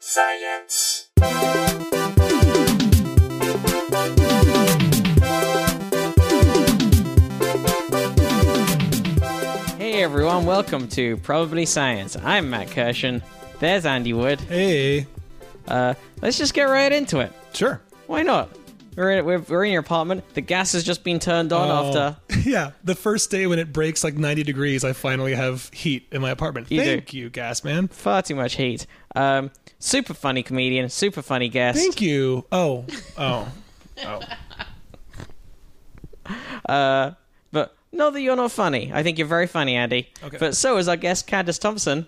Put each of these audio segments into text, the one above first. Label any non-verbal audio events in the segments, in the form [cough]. science. Hey everyone, welcome to Probably Science. I'm Matt Kirshen. There's Andy Wood. Hey. Uh, let's just get right into it. Sure. Why not? We're in, we're, we're in your apartment. The gas has just been turned on Oh. after. Um, [laughs] Yeah. The first day when it breaks like 90 degrees, I finally have heat in my apartment. You do. Thank you, Gas Man. Far too much heat. Um, super funny comedian, super funny guest. Thank you. Oh. Oh. But not that you're not funny. I think you're very funny, Andy. Okay. But so is our guest, Candace Thompson.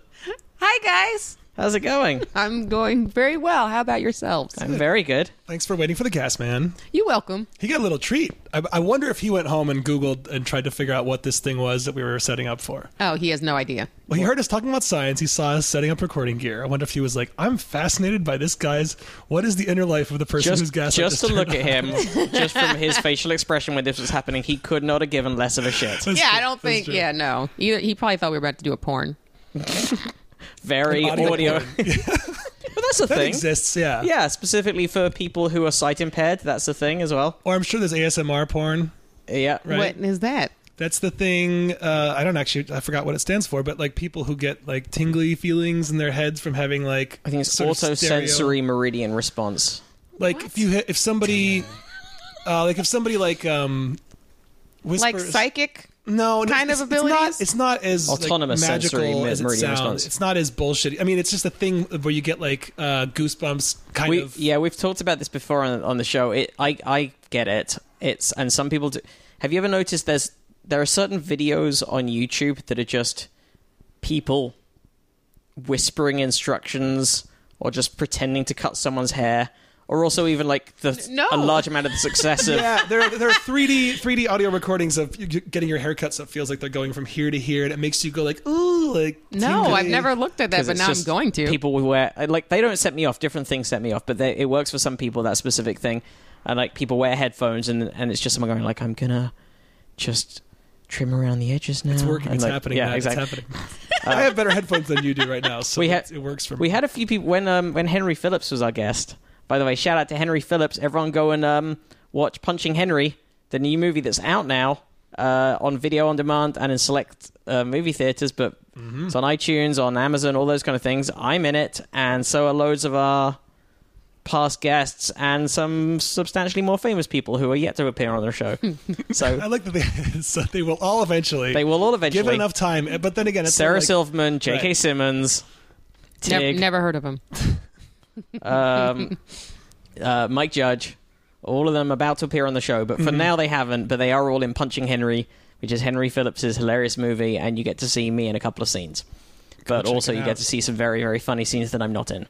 Hi, guys. How's it [laughs] going? I'm going very well. How about yourselves? I'm very good. Thanks for waiting for the Gas Man. You welcome. He got a little treat. I, I wonder if he went home and Googled and tried to figure out what this thing was that we were setting up for. Oh, he has no idea. Well, he heard us talking about science. He saw us setting up recording gear. I wonder if he was like, I'm fascinated by this guy's. What is the inner life of the person whose Just, gas light just to turned look on?" at him, just from his facial expression when this was happening, he could not have given less of a shit. [laughs] That's yeah, true. I That's don't think. true. Yeah, no. He, he probably thought we were about to do a porn. Very Audio audio. [laughs] porn. but that's the That thing. exists, yeah. Yeah, specifically for people who are sight impaired, that's the thing as well. Or I'm sure there's ASMR porn. Yeah, Right. What is that? That's the thing. Uh, I don't actually. I forgot what it stands for, but like people who get like tingly feelings in their heads from having like I think it's sort of autosensory stereo- meridian response. Like if you hit, if somebody, uh, like if somebody like um, whispers. Like psychic? no, no, kind it's- of it's not- abilities? It's not, as like, Autonomous magical sensory me- as it meridian sounds. response. It's not as bullshitty. I mean, it's just a thing where you get like uh, goosebumps, kind We, of. yeah, we've talked about this before on, on the show. It, I, I get it. It's and some people do. Have you ever noticed there's there are certain videos on YouTube that are just people whispering instructions or just pretending to cut someone's hair, or also even like the No. a large amount of the success of Yeah, there are, there are 3D 3D audio recordings of you getting your haircut, so it feels like they're going from here to here, and it makes you go like, ooh, like No, tingly. I've never looked at that, 'Cause but it's now I'm just going to. People who wear uh, like they don't set me off. Different things set me off, but they, it works for some people that specific thing. And like people wear headphones, and and it's just someone going like, "I'm gonna just trim around the edges now." It's working. And, It's like, happening. Yeah, Matt. exactly. Uh, It's [laughs] happening. I have better headphones than you do right now, so We it, had- it works for me. We had a few people when um when Henry Phillips was our guest. By the way, shout out to Henry Phillips. Everyone go and um watch Punching Henry, the new movie that's out now uh, on video on demand and in select uh, movie theaters, but Mm-hmm. it's on iTunes, on Amazon, all those kind of things. I'm in it, and so are loads of our past guests and some substantially more famous people who are yet to appear on the [laughs] show. I so like that they, [laughs] so they will all eventually. they will all give it eventually. enough time. eh, But then again, it's Sarah like, Silverman, J.K. Right. Simmons, Nev- Tig, never heard of him. um, [laughs] uh, Mike Judge, all of them about to appear on the show, but for Mm-hmm. now they haven't. But they are all in Punching Henry, which is Henry Phillips's hilarious movie, and you get to see me in a couple of scenes. But check also, it you out. get to see some very very funny scenes that I'm not in.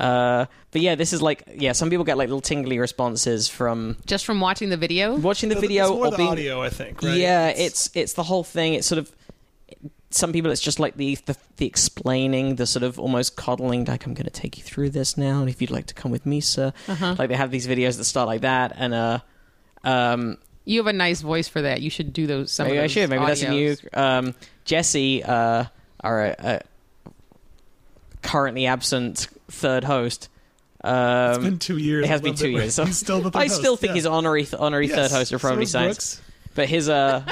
Uh, but yeah, this is like yeah, some people get like little tingly responses from Just from watching the video? watching the it's video more or the being audio. I think. Right? yeah, it's it's the whole thing. It's sort of some people. It's just like the the, the explaining, the sort of almost coddling. Like I'm going to take you through this now, and if you'd like to come with me, sir. Like they have these videos that start like that, and uh, um, You have a nice voice for that. You should do those. Some maybe of I those should. Maybe that's a new audios. um, Jesse, uh, our uh, currently absent third host. Um, It's been two years. it has I been love two that years. we're- He's still the [laughs] third I still host, [laughs] think yeah. he's honorary honorary Yes, third host of Probably so Science. Brooks. But his [laughs] uh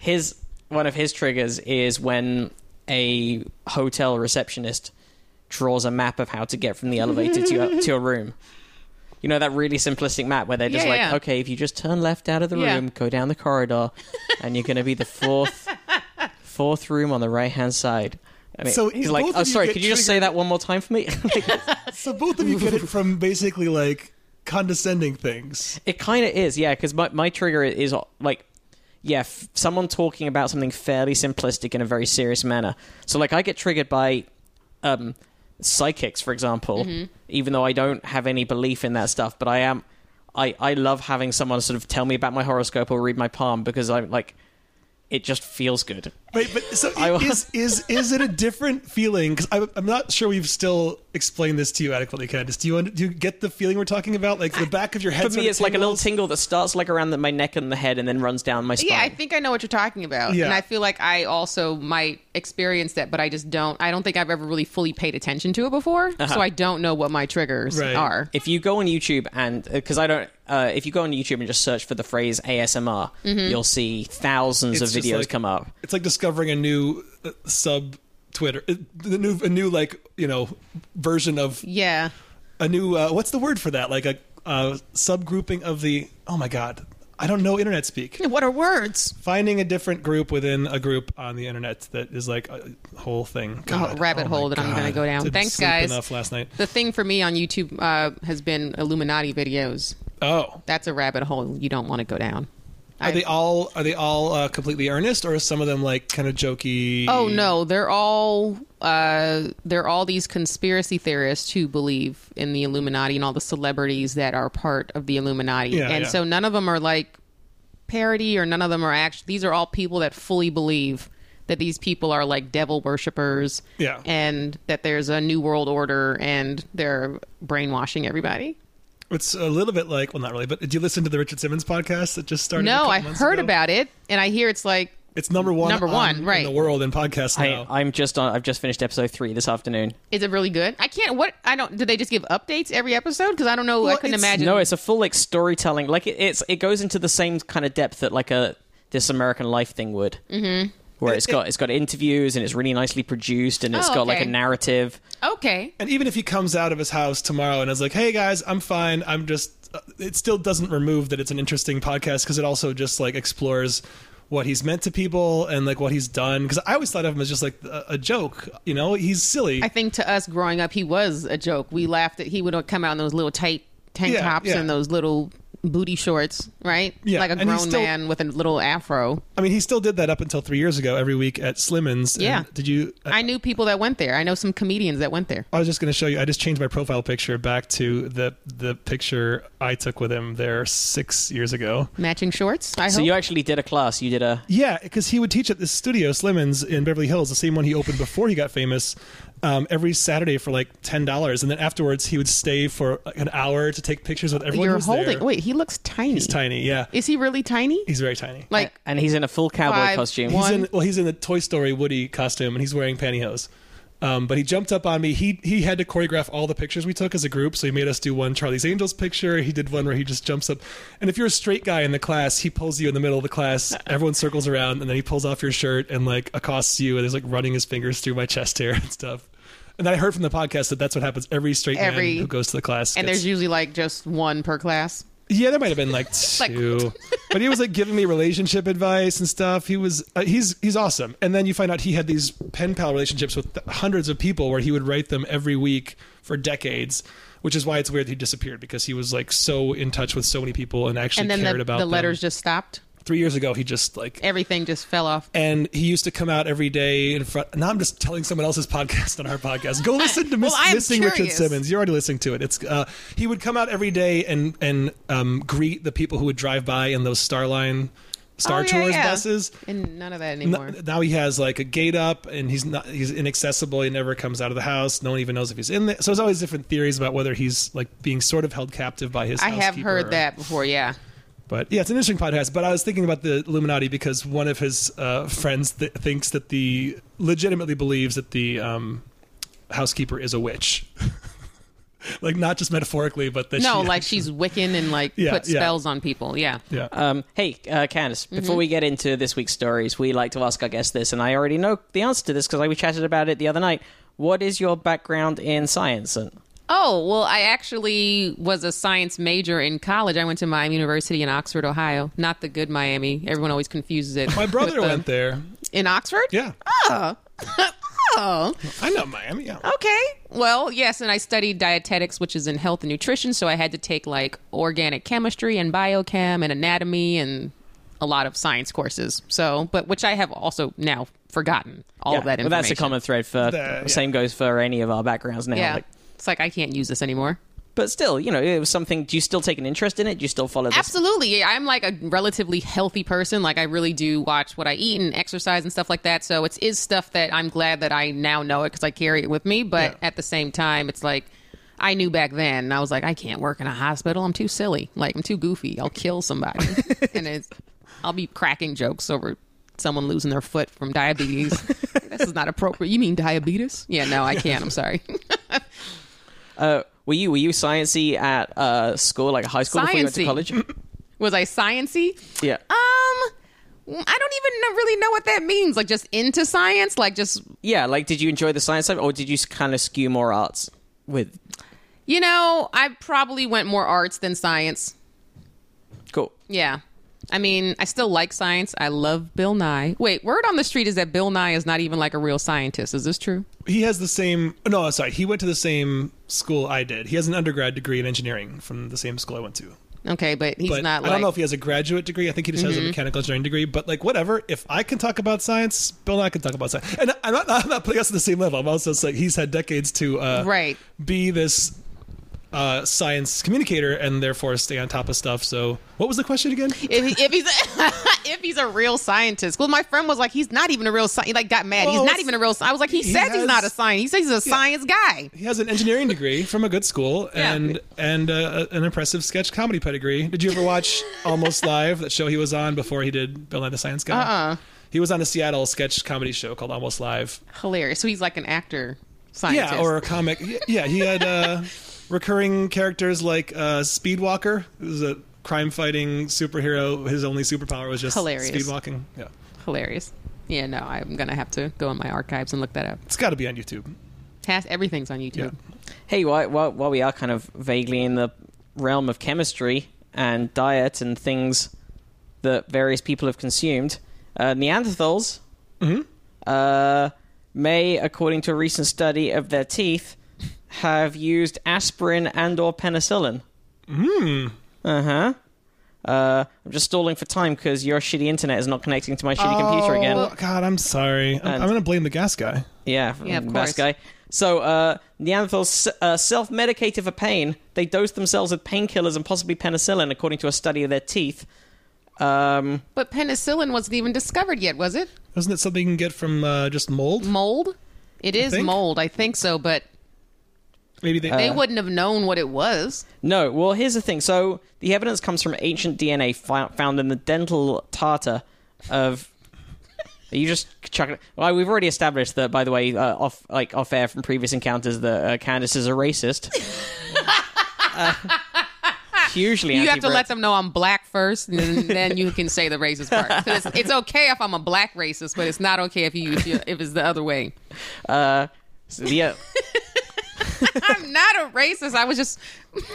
his one of his triggers is when a hotel receptionist draws a map of how to get from the elevator to your, to your room. You know that really simplistic map where they're just Yeah, like, yeah. okay, if you just turn left out of the Yeah. room, go down the corridor, and you're going to be the [laughs] fourth fourth room on the right hand side. And it- So he's like, both oh, of you sorry, get could you just say triggered- that one more time for me? Like, So both of you get it from basically like condescending things. It kind of is, yeah, because my, my trigger is uh, like, yeah, f- someone talking about something fairly simplistic in a very serious manner. So, like, I get triggered by um, psychics, for example, even though I don't have any belief in that stuff, but I am. I, I love having someone sort of tell me about my horoscope or read my palm because I'm like, it just feels good. Right, but so I it will- is is is it a different feeling? Because I'm, I'm not sure we've still explained this to you adequately, Candice. Do you under, do you get the feeling we're talking about? Like the back of your head. For me, it's like a little tingle that starts like around the, my neck and the head, and then runs down my spine. Yeah, I think I know what you're talking about. Yeah. And I feel like I also might experience that, but I just don't. I don't think I've ever really fully paid attention to it before. Uh-huh. So I don't know what my triggers Right. are. if you go on YouTube and because I don't, uh, if you go on YouTube and just search for the phrase ASMR, Mm-hmm. you'll see thousands It's of just videos like- come up. It's like discovering a new uh, sub Twitter, uh, the new a new like you know version of Yeah. a new uh, what's the word for that? Like a uh, subgrouping of the. Oh my god, I don't know internet speak. [laughs] What are words? Finding a different group within a group on the internet that is like a whole thing. God, Oh rabbit my hole that I'm gonna God. go down. Didn't Thanks, sleep guys. Enough last night. The thing for me on YouTube uh, has been Illuminati videos. Oh. That's a rabbit hole you don't want to go down. Are they all are they all uh, completely earnest, or are some of them like kind of jokey? Oh no, they're all uh, they're all these conspiracy theorists who believe in the Illuminati and all the celebrities that are part of the Illuminati, Yeah, and yeah. so none of them are like parody, or none of them are actually. These are all people that fully believe that these people are like devil worshippers, Yeah. and that there's a new world order, and they're brainwashing everybody. it's a little bit like well, not really. But did you listen to the Richard Simmons podcast that just started? a No, couple I months heard ago? about it, and I hear it's like It's number one, Number on- one, right. in the world in podcasts now. I, I'm just on. I've just finished episode three this afternoon. Is it really good? I can't. What I don't. Do they just give updates every episode? Because I don't know. I Well, couldn't it's- imagine. No, it's a full like storytelling. Like it, it's it goes into the same kind of depth that like a This American Life thing would. Mm-hmm. Where it's got it's got interviews and it's really nicely produced and it's Oh, got like a okay. narrative. okay. and even if he comes out of his house tomorrow and is like, "Hey guys, I'm fine. I'm just," uh, it still doesn't remove that it's an interesting podcast because it also just like explores what he's meant to people and like what he's done. Because I always thought of him as just like a, a joke. You know, he's silly. I think to us growing up, he was a joke. We laughed at he would come out in those little tight tank Yeah, tops yeah. and those little booty shorts, right? Yeah, like a and he's grown still- man with a little afro. I mean, he still did that up until three years ago, every week at Slimmons. Yeah. And did you? I knew people that went there. I know some comedians that went there. I was just going to show you. I just changed my profile picture back to the the picture I took with him there six years ago. Matching shorts. I So hope. you actually did a class. You did a Yeah, because he would teach at this studio, Slimmons, in Beverly Hills, the same one he opened before he got famous, um, every Saturday for like ten dollars, and then afterwards he would stay for like an hour to take pictures with everyone. who You're was holding. there. Wait, he looks tiny. He's tiny. Yeah, Is he really tiny? he's very tiny. Like and he's in a full cowboy Five, costume. one- He's in well, he's in the Toy Story Woody costume and he's wearing pantyhose. Um, but he jumped up on me. He he had to choreograph all the pictures we took as a group, so he made us do one Charlie's Angels picture. He did one where he just jumps up. And if you're a straight guy in the class, he pulls you in the middle of the [laughs] class. Everyone circles around, and then he pulls off your shirt and like accosts you, and is like running his fingers through my chest hair and stuff. And then I heard from the podcast that that's what happens. Every straight Every- man who goes to the class, and gets- there's usually like just one per class. yeah, there might have been [laughs] like Like- two, but he was like giving me relationship advice and stuff. He was uh, he's he's awesome. And then you find out he had these pen pal relationships with hundreds of people where he would write them every week for decades, which is why it's weird he disappeared because he was like so in touch with so many people and actually And then cared the, about the them. letters just stopped. Three years ago, he just like Everything just fell off. and he used to come out every day in front. Now I'm just telling someone else's podcast [laughs] on our podcast. Go listen to Miss, Well, I'm Missing Richard curious. Simmons. You're already listening to it. It's uh, he would come out every day and and um, greet the people who would drive by in those Starline Star Oh, yeah, Tours yeah. buses. And none of that N- anymore. Now he has like a gate up, and he's not he's inaccessible. He never comes out of the house. No one even knows if he's in there. So there's always different theories about whether he's like being sort of held captive by his. I have housekeeper uh, heard or- that [laughs] before. Yeah. but yeah, it's an interesting podcast. But I was thinking about the Illuminati because one of his uh, friends th- thinks that the legitimately believes that the um, housekeeper is a witch, [laughs] like not just metaphorically, but that No, she, like she's Wiccan and like Yeah, put yeah. spells on people. Yeah. [laughs] yeah. Um, hey, uh, Candice, Mm-hmm. before we get into this week's stories, we like to ask our guests this, and I already know the answer to this because we chatted about it the other night. What is your background in science? And Oh, well, I actually was a science major in college. I went to Miami University in Oxford, Ohio. Not the good Miami. Everyone always confuses it. my with brother the- went there. [laughs] in Oxford? Yeah, Oh. I know Miami. Yeah, Okay. Well, yes, and I studied dietetics, which is in health and nutrition, so I had to take like organic chemistry and biochem and anatomy and a lot of science courses. So, but which I have also now forgotten all of that well, information. that's a common thread for The- yeah. same goes for any of our backgrounds now. Yeah. Like, it's like I can't use this anymore. But still, you know, it was something. Do you still take an interest in it? Do you still follow this? Absolutely. I'm like a relatively healthy person. Like I really do watch what I eat and exercise and stuff like that. So it's is stuff that I'm glad that I now know it because I carry it with me. But Yeah. at the same time, it's like I knew back then. And I was like, I can't work in a hospital. I'm too silly. Like I'm too goofy. I'll kill somebody. and it's, I'll be cracking jokes over someone losing their foot from diabetes. this is not appropriate. You mean diabetes? Yeah. No, I can't. I'm sorry. [laughs] Uh, were you were you sciency at uh, school, like high school, before you went to Sciency. [laughs] college? was I sciency? yeah. Um, I don't even know, really know what that means. Like just into science, like just Yeah, like did you enjoy the science side, or did you kind of skew more arts with? you know, I probably went more arts than science. Cool. Yeah. I mean, I still like science. I love Bill Nye. Wait, word on the street is that Bill Nye is not even like a real scientist. Is this true? He has the same. No, sorry. He went to the same school I did. He has an undergrad degree in engineering from the same school I went to. Okay, but he's But not I like Mm-hmm. don't know if he has a graduate degree. I think he just has a mechanical engineering degree. But like, whatever. If I can talk about science, Bill and I can talk about science. And I'm not. I'm not putting us on the same level. I'm also just like he's had decades to uh, Right. be this uh, science communicator and therefore stay on top of stuff. So what was the question again? if, he, if he's if he's a [laughs] real scientist. Well, my friend was like, he's not even a real sci He like got mad. Well, he's not it's- even a real. sci- I was like, he, he says he's has- not a scientist. He says he's a science guy. He has an engineering degree from a good school [laughs] Yeah. and and uh, an impressive sketch comedy pedigree. Did you ever watch Almost Live, that show he was on before he did Bill Nye the Science Guy? Uh-uh. He was on a Seattle sketch comedy show called Almost Live. Hilarious. So he's like an actor scientist. Yeah, or a comic. Yeah, he had [laughs] uh, recurring characters like uh, Speedwalker, who's a crime-fighting superhero. His only superpower was just Hilarious. speedwalking. Yeah, hilarious. Yeah, no, I'm gonna have to go in my archives and look that up. it's got to be on YouTube. Has everything's on YouTube. Yeah. Hey, while, while while we are kind of vaguely in the realm of chemistry and diet and things that various people have consumed, uh, Neanderthals uh, may, according to a recent study of their teeth, have used aspirin and/or penicillin. Mm. Uh-huh. Uh I'm just stalling for time because your shitty internet is not connecting to my shitty computer again. Oh, God, I'm sorry. I'm, Uh, I'm going to blame the gas guy. Yeah, mm, Yeah, of best guy. course. So uh, Neanderthals uh, self-medicated for pain. They dosed themselves with painkillers and possibly penicillin, according to a study of their teeth. Um, But penicillin wasn't even discovered yet, was it? Isn't it something you can get from uh, just mold? Mold? It is think? mold, I think so, but Maybe they. they wouldn't have known what it was. no, well, here's the thing. So the evidence comes from ancient DNA fi- found in the dental tartar of. Are you just chucking? Well, we've already established that, by the way, uh, off like off air from previous encounters, that uh, Candace is a [laughs] racist. uh, hugely, You have to anti-Brit. let them know I'm black first, and then, then you can say the racist part. 'Cause It's, it's okay if I'm a black racist, but it's not okay if you if, you, if it's the other way. Uh, so the, uh, I'm not a racist. I was just.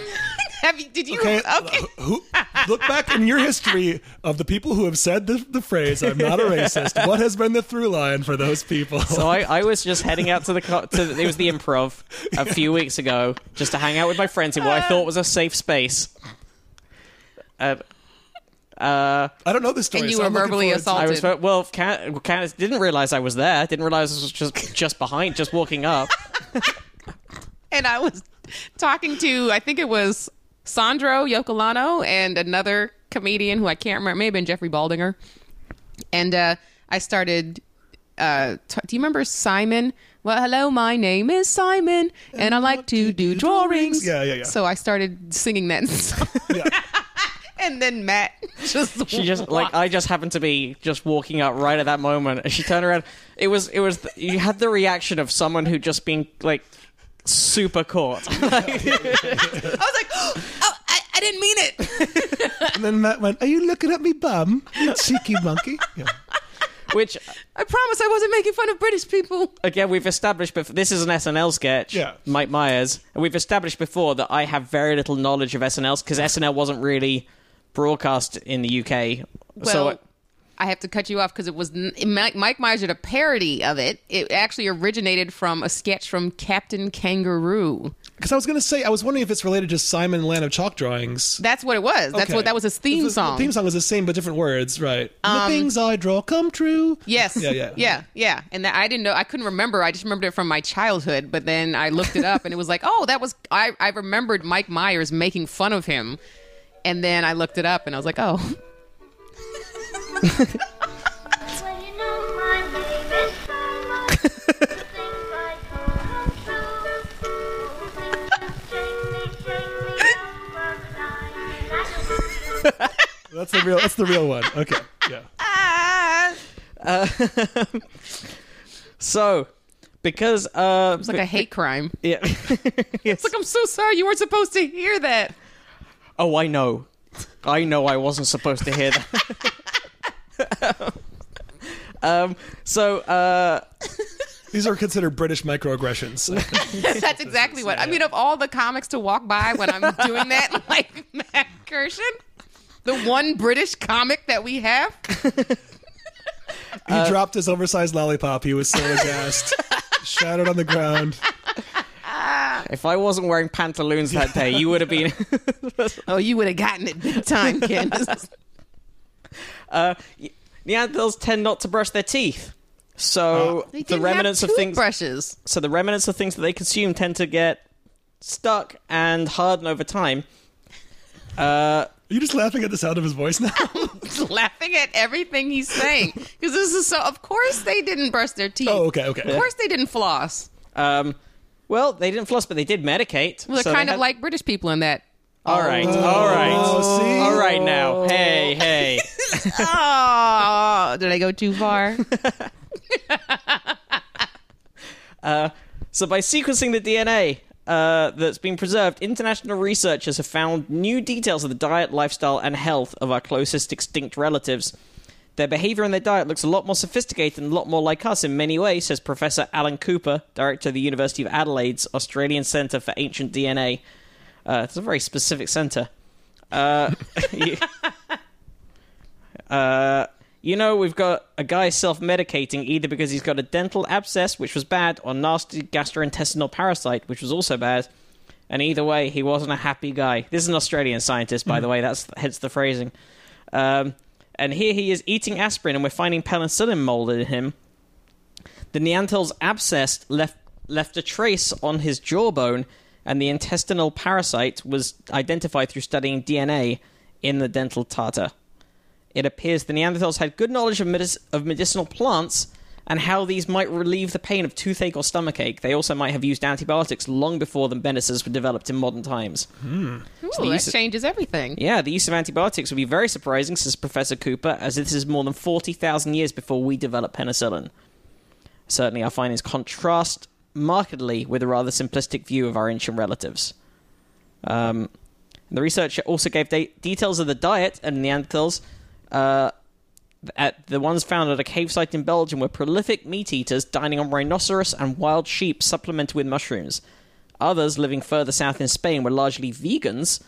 [laughs] have you, did you? Okay, uh, Okay. who, look back in your history of the people who have said the, the phrase "I'm not a [laughs] racist." What has been the through line for those people? So I, I was just heading out to the co- to it was the improv a few weeks ago just to hang out with my friends in what I thought was a safe space. And I don't know this story. And you so were I'm looking verbally forward to- assaulted. I was well, Can- Candace didn't realize I was there. Didn't realize I was just just behind, just walking up. and I was talking to I think it was Sandro Yocolano and another comedian who I can't remember, maybe been Jeffrey Baldinger. And uh, I started. Uh, t- do you remember Simon? Well, hello, my name is Simon, and, I like to do drawings. Yeah, yeah, yeah. So I started singing that [laughs] song. Yeah. and then Matt just She just [laughs] like I just happened to be just walking up right at that moment, and she turned around. It was it was you had the reaction of someone who just been like super caught. [laughs] I was like, [gasps] oh, I, I didn't mean it. [laughs] And then Matt went, "Are you looking at me bum, you cheeky monkey?" Yeah. which I promise I wasn't making fun of British people. again, we've established before this is an SNL sketch. Yeah. Mike Myers, and we've established before that I have very little knowledge of SNL because SNL wasn't really broadcast in the UK. Well, so I have to cut you off because it was Mike, Mike Myers did a parody of it. It actually originated from a sketch from Captain Kangaroo. Because I was going to say, I was wondering if it's related to Simon Land of Chalk Drawings. That's what it was. That's Okay. what that was his theme The- song. Um, The theme song is the same but different words, right? the things I draw come true. Yes. Yeah, yeah. Yeah, yeah. And that I didn't know I couldn't remember. I just remembered it from my childhood, but then I looked it up and it was like, "Oh, that was I I remembered Mike Myers making fun of him." And then I looked it up and I was like, "Oh, Well, you know my name is Summer. Things I don't come true. Things just shake me, shake me up, I'm crying. I don't know. That's the real. That's the real one. Okay. Yeah. ah." So, because uh, It's like a hate crime. [laughs] yeah. [laughs] It's like I'm so sorry you weren't supposed to hear that. oh, I know, I know, I wasn't supposed to hear that. [laughs] [laughs] um, so uh, These are considered British microaggressions. Uh, That's exactly what. I mean, of all the comics to walk by when I'm doing [laughs] that, like Matt Kirshen, the one British comic that we have. He dropped his oversized lollipop. He was so aghast. Shattered on the ground. if I wasn't wearing pantaloons that day, you would have [laughs] been. [laughs] Oh, you would have gotten it big [laughs] time, Candace. uh, Neanderthals tend not to brush their teeth, so They the didn't remnants have of things. Brushes. So the remnants of things that they consume tend to get stuck and harden over time. Are you just laughing at the sound of his voice [laughs] now? [laughs] laughing at everything he's saying because this is so. Of course, they didn't brush their teeth. Oh, okay, okay. Of course, they didn't floss. Um, well, they didn't floss, but they did medicate. Well, they're so they kind of had- like British people in [laughs] that. All right, all right, Oh, see? all right. Now, hey, hey. [laughs] Oh, did I go too [laughs] far? So by sequencing the DNA uh, that's been preserved, international researchers have found new details of the diet, lifestyle, and health of our closest extinct relatives. Their behavior and their diet looks a lot more sophisticated and a lot more like us in many ways, says Professor Alan Cooper, director of the University of Adelaide's Australian Centre for Ancient DNA. Uh, it's a very specific centre. Uh, [laughs] you, uh, you know, we've got a guy self medicating either because he's got a dental abscess, which was bad, or nasty gastrointestinal parasite, which was also bad. And either way, he wasn't a happy guy. This is an Australian scientist, by the way. That's hence the phrasing. Um, and here he is eating aspirin, and we're finding penicillin molded in him. The Neanderthal's abscess left left a trace on his jawbone, and the intestinal parasite was identified through studying DNA in the dental tartar. It appears the Neanderthals had good knowledge of, medic- of medicinal plants and how these might relieve the pain of toothache or stomachache. They also might have used antibiotics long before the medicines were developed in modern times. Ooh, that These- changes everything. Yeah, the use of antibiotics would be very surprising, says Professor Cooper, as this is more than 40,000 years before we developed penicillin. Certainly, our findings contrast markedly with a rather simplistic view of our ancient relatives. Um, the researcher also gave de- details of the diet and Neanderthals. Uh, at the ones found at a cave site in Belgium were prolific meat eaters dining on rhinoceros and wild sheep supplemented with mushrooms. Others living further south in Spain were largely vegans,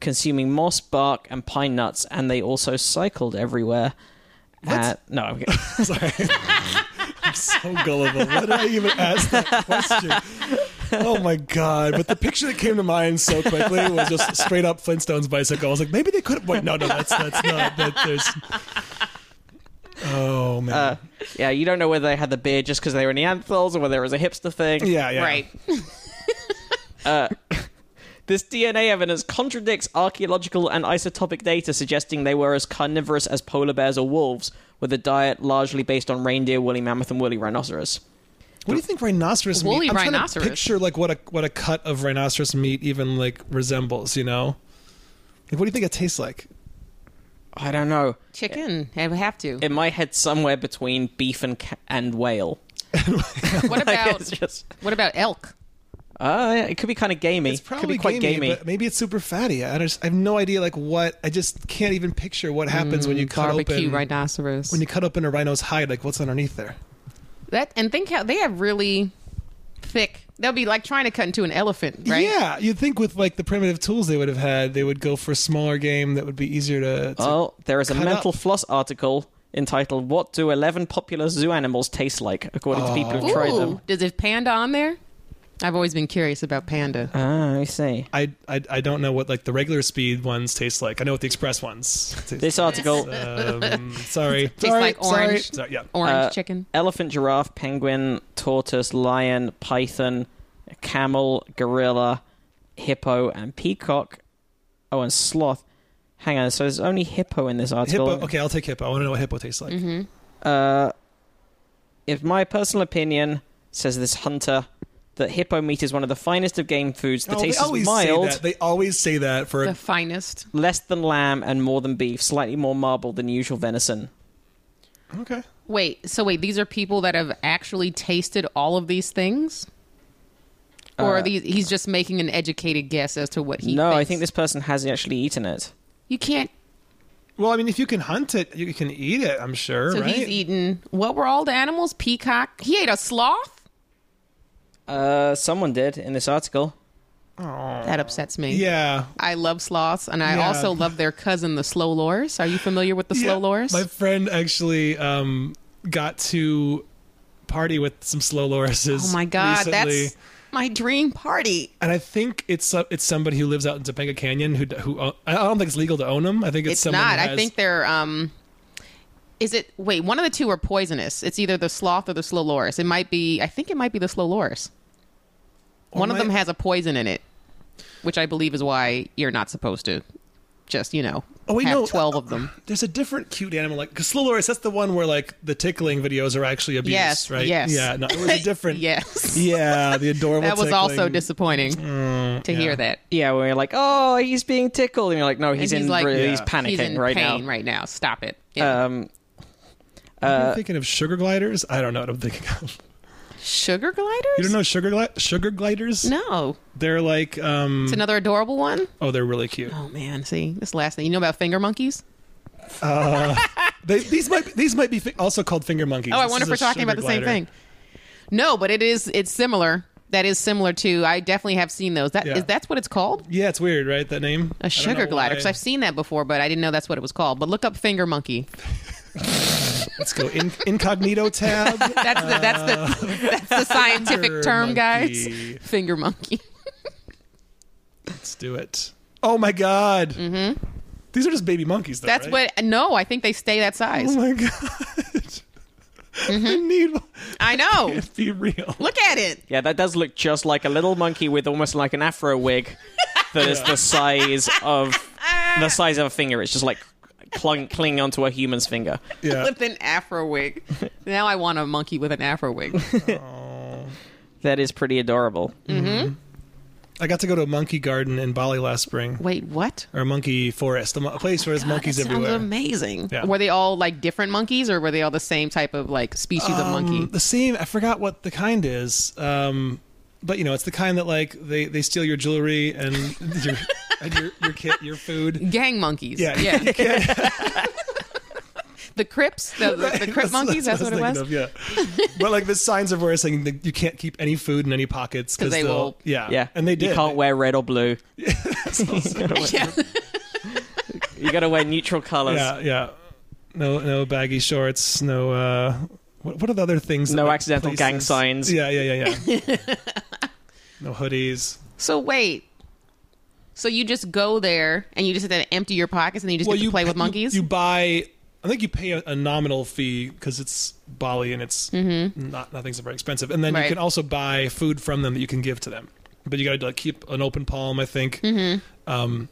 consuming moss, bark, and pine nuts, and they also cycled everywhere. Uh, no, I'm kidding. [laughs] Sorry. I'm [laughs] so gullible. Why did I even ask that question? Oh my god! But the picture that came to mind so quickly was just straight up Flintstones bicycle. I was like, maybe they could. Wait, no, no, that's that's not. That, there's. Oh man. Uh, yeah, you don't know whether they had the beard just because they were Neanderthals or whether it was a hipster thing. yeah, yeah. Right. This DNA evidence contradicts archaeological and isotopic data suggesting they were as carnivorous as polar bears or wolves, with a diet largely based on reindeer, woolly mammoth, and woolly rhinoceros. What do you think rhinoceros? Woolly meat? I'm trying to rhinoceros. picture like what a what a cut of rhinoceros meat even like resembles. You know, like what do you think it tastes like? I don't know. Chicken. I would have [laughs] to. In my head, somewhere between beef and ca- and whale. [laughs] What it's about just, what about elk? uh, yeah, it could be kind of gamey. It's could probably be quite gamey. but maybe it's super fatty. I just I have no idea like what. I just can't even picture what happens when you cut Barbecue open rhinoceros. when you cut open a rhino's hide. Like what's underneath there? that and think how they have really thick. They'll be like trying to cut into an elephant, right? Yeah, you'd think with like the primitive tools they would have had, they would go for smaller game that would be easier to. to Oh, there is a cut mental up. floss article entitled "What Do Eleven Popular Zoo Animals Taste Like?" According to people Oh. who tried Ooh, them. does it have panda on there? I've always been curious about panda. Ah, I see. I, I I don't know what like the regular speed ones taste like. I know what the express ones. Taste This article. um, sorry. Tastes sorry, like sorry. orange. Sorry, yeah. Orange Uh, chicken. Elephant, giraffe, penguin, tortoise, lion, python, camel, gorilla, hippo, and peacock. Oh, and sloth. Hang on. So there's only hippo in this article. Hippo. Okay, I'll take hippo. I want to know what hippo tastes like. Uh, if my personal opinion says this hunter that hippo meat is one of the finest of game foods, the Oh, they taste always is say that. mild, They always say that for The finest. less than lamb, and more than beef, slightly more marble than usual venison. okay. Wait, so wait, these are people that have actually tasted all of these things? Or Uh, are these, he's just making an educated guess as to what he no, I thinks? think this person has actually eaten it. You can't. Well, I mean, if you can hunt it, you can eat it. I'm sure, So right? he's eaten. What were all the animals? Peacock. He ate a sloth? Uh, someone did in this article. That upsets me. yeah. I love sloths, and I Yeah. also love their cousin, the slow lores. Are you familiar with the Yeah. slow lores? My friend actually um, got to party with some slow lorises. oh my god, recently. that's my dream party. And I think it's uh, it's somebody who lives out in Topanga Canyon who who uh, I don't think it's legal to own them. I think it's, It's someone not. who I has- think they're. um Is it? Wait, one of the two are poisonous. It's either the sloth or the slow loris. It might be. I think it might be the slow loris. Or One of might- them has a poison in it, which I believe is why you're not supposed to just you know Oh, wait, have no. twelve [laughs] of them. There's a different cute animal like because slow loris. That's the one where like the tickling videos are actually abuse, Yes, right? yes. Yeah. No, it was [laughs] a different. Yes, Yeah. The adorable. [laughs] that was also tickling. Mm, disappointing to yeah. hear that. Yeah, where you're like, oh, he's being tickled, and you're like, no, he's And in really, he's Yeah. panicking he's in right pain now. right now. Stop it. Yeah. Um, I'm thinking of sugar gliders. [laughs] I don't know what I'm thinking of. Sugar gliders? You don't know sugar gli- sugar gliders? No. They're like um It's another adorable one. oh, they're really cute. Oh man, see this last thing. You know about finger monkeys? They, these might be, these might be fi- also called finger monkeys. Oh, I This wonder is if we're a talking sugar about the same glider. thing. No, but it is. It's similar. That is similar to. I definitely have seen those. That is. Yeah. that's what it's called. Yeah, it's weird, right? That name. I A don't know sugar glider. why. Because I've seen that before, but I didn't know that's what it was called. But look up finger monkey. Let's go [laughs] in- incognito tab. That's the that's the [laughs] that's the scientific Finger term, guys. monkey. Finger monkey. Let's do it. Oh my god. Mm-hmm. These are just baby monkeys. Though, That's right? what. No, I think they stay that Oh size. my god. [laughs] Mm-hmm. I need one. [laughs] I know. Can't be real. Look at it. yeah, that does look just like a little monkey with almost like an afro wig that is the size of the size of a finger. It's just like clung, clinging onto a human's finger. Yeah. With an afro wig. Now I want a monkey with an afro wig. That is pretty adorable. I got to go to a monkey garden in Bali last spring, Wait, what? or a monkey forest, a mo- a place where there's monkeys that sounds everywhere. amazing. Yeah. Were they all like different monkeys, or were they all the same type of like species Um, of monkey? Mm, the same i forgot what the kind is um but you know it's the kind that like they they steal your jewelry and [laughs] your and your your, kit, your food Gang monkeys. [laughs] Yeah. yeah. the Crips, the, the, the Crip monkeys. That's, I what it was. thinking Of, yeah, but like the signs of where it's saying that you can't keep any food in any pockets 'Cause they they'll- will- Yeah, Yeah, and they did. You can't [laughs] wear red or blue. Yeah. [laughs] You got to wear neutral colors. Yeah, yeah. No, no baggy shorts. No. uh What, what are the other things? that, No like, accidental gang signs. Yeah, yeah, yeah, yeah. [laughs] no hoodies. So wait. So you just go there and you just have to empty your pockets and you just get to play with you- monkeys. You, buy. I think you pay a, a nominal fee because it's Bali and it's not nothing's very expensive, and then Mm-hmm. Right. you can also buy food from them that you can give to them. But you got to like keep an open palm, I think. Mm-hmm. Um,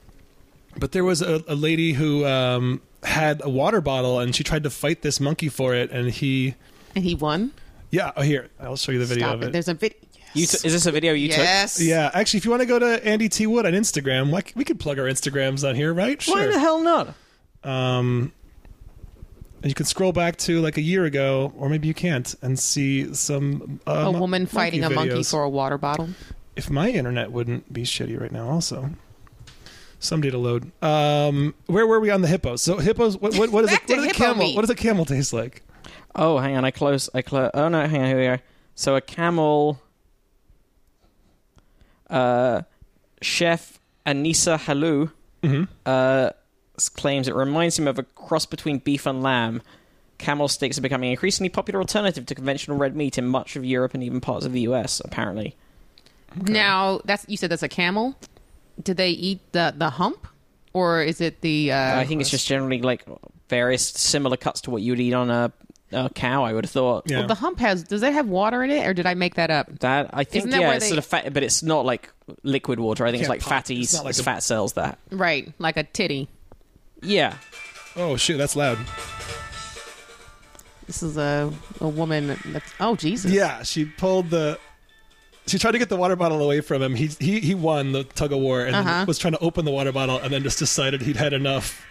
but there was a, a lady who um, had a water bottle and she tried to fight this monkey for it, and he, and he won. yeah, oh, here I'll show you the video Stop of it. it. There's a video. You t- is this a video you yes. yeah, actually, if you want to go to Andy T Wood on Instagram, like we could plug our Instagrams on here, right? took? Sure. Why the hell not? um, and you can scroll back to like a year ago, or maybe you can't, and see some uh, A mon- woman fighting a monkey videos. for a water bottle. If my internet wouldn't be shitty right now, also. Someday to load. Um, where were we on the hippos? So hippos. What, what, what is a, what Back to does a hippo camel? meat. What does a camel taste like? Oh, hang on, I close. I close. Oh no, hang on. Here we are. So a camel. Uh, chef Anissa Mm-hmm. Halou uh, s- claims it reminds him of a cross between beef and lamb, Camel sticks are becoming an increasingly popular alternative to conventional red meat in much of Europe and even parts of the US, apparently. Now that's you said that's a camel. Do they eat the the hump, or is it the? Uh, I think it's just generally like various similar cuts to what you'd eat on a, a cow, I would have thought. Yeah. the hump has. Does that have water in it, or did I make that up? That I think Isn't that yeah, where it's they- sort of fat, but it's not like liquid water. I think it's Can't like pop- fatty, it's it's, not like a- fat cells that. Right, like a titty. Yeah, Oh shoot, that's loud. This is a a woman. That's oh Jesus. Yeah, she pulled the. She tried to get the water bottle away from him. He he, he won the tug of war and Uh-huh. was trying to open the water bottle and then just decided he'd had enough.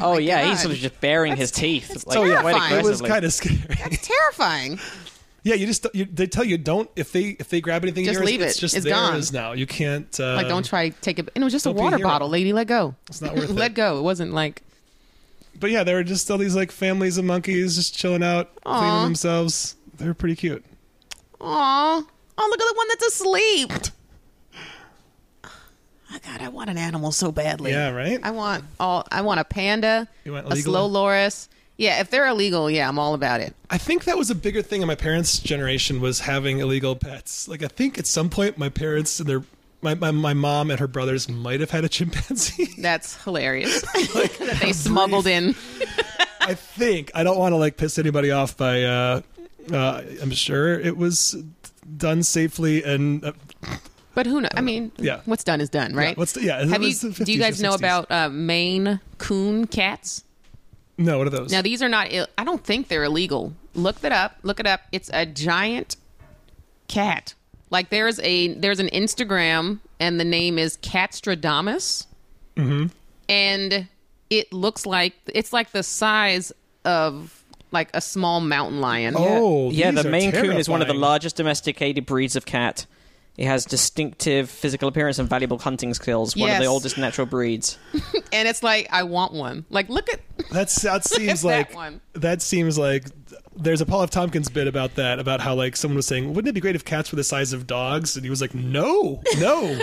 Oh, yeah, he's God. sort of just baring his teeth. Like, Oh, yeah. quite terrifying. it was aggressively. kind of scary. Terrifying. Yeah, you just you, they tell you don't if they if they grab anything Just yours, leave it's it. just It's theirs now. You can't uh, Like, don't try to take it. And it was just a don't be a water hero. bottle, lady. Let go. It's not [laughs] worth let it. go. It wasn't like But yeah, there were just all these like families of monkeys just chilling out, cleaning Aw. themselves. They were pretty cute. Aw. Oh, look at the one that's asleep. Oh, God, I want an animal so badly. Yeah, right? I want all. I want a panda, You want a legal? slow loris. Yeah, if they're illegal, yeah, I'm all about it. I think that was a bigger thing in my parents' generation was having illegal pets. Like I think at some point my parents and their my, my, my mom and her brothers might have had a chimpanzee. [laughs] That's hilarious. [laughs] that they smuggled in. I think I don't want to like piss anybody off by uh, uh, I'm sure it was done safely and uh, But who knows? I mean, Yeah. what's done is done, right? what's the- yeah, it Have you, was the do 50s you or guys know 60s. about uh, Maine coon cats? no what are those? Now these are not. Ill- I don't think they're illegal. Look that up. Look it up. It's a giant cat. Like there's a there's an Instagram and the name is Catstradamus, mm-hmm. and it looks like it's like the size of like a small mountain lion. Oh. yeah, these the are Maine Coon is one of the terrifying. largest domesticated breeds of cat. It has distinctive physical appearance and valuable hunting skills. One of the Yes. oldest natural breeds. And it's like I want one. Like look at [laughs] That's that seems that like one. that, seems like there's a Paul F. Tompkins bit about that about how like someone was saying wouldn't it be great if cats were the size of dogs and he was like no [laughs] no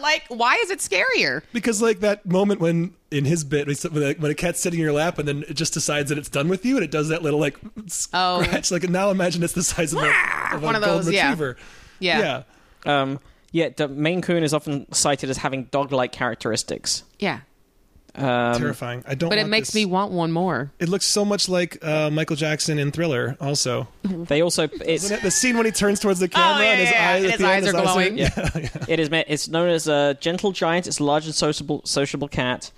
like why is it scarier? because like that moment when in his bit when he's- when a, when a cat's sitting in your lap and then it just decides that it's done with you and it does that little like Oh. scratch like now imagine it's the size of, a, of One a of those, golden yeah. retriever Yeah. yeah Um, yeah, the Maine Coon is often cited as having dog-like characteristics. Yeah, terrifying I don't but it want makes this- me want one more. it looks so much like uh, Michael Jackson in Thriller [laughs] also They also it's the scene when he turns towards the camera Oh, yeah, and his, yeah, yeah. eyes, at His the end, eyes are glowing. yeah. [laughs] it is me- it's known as a gentle giant. It's a large and sociable sociable cat.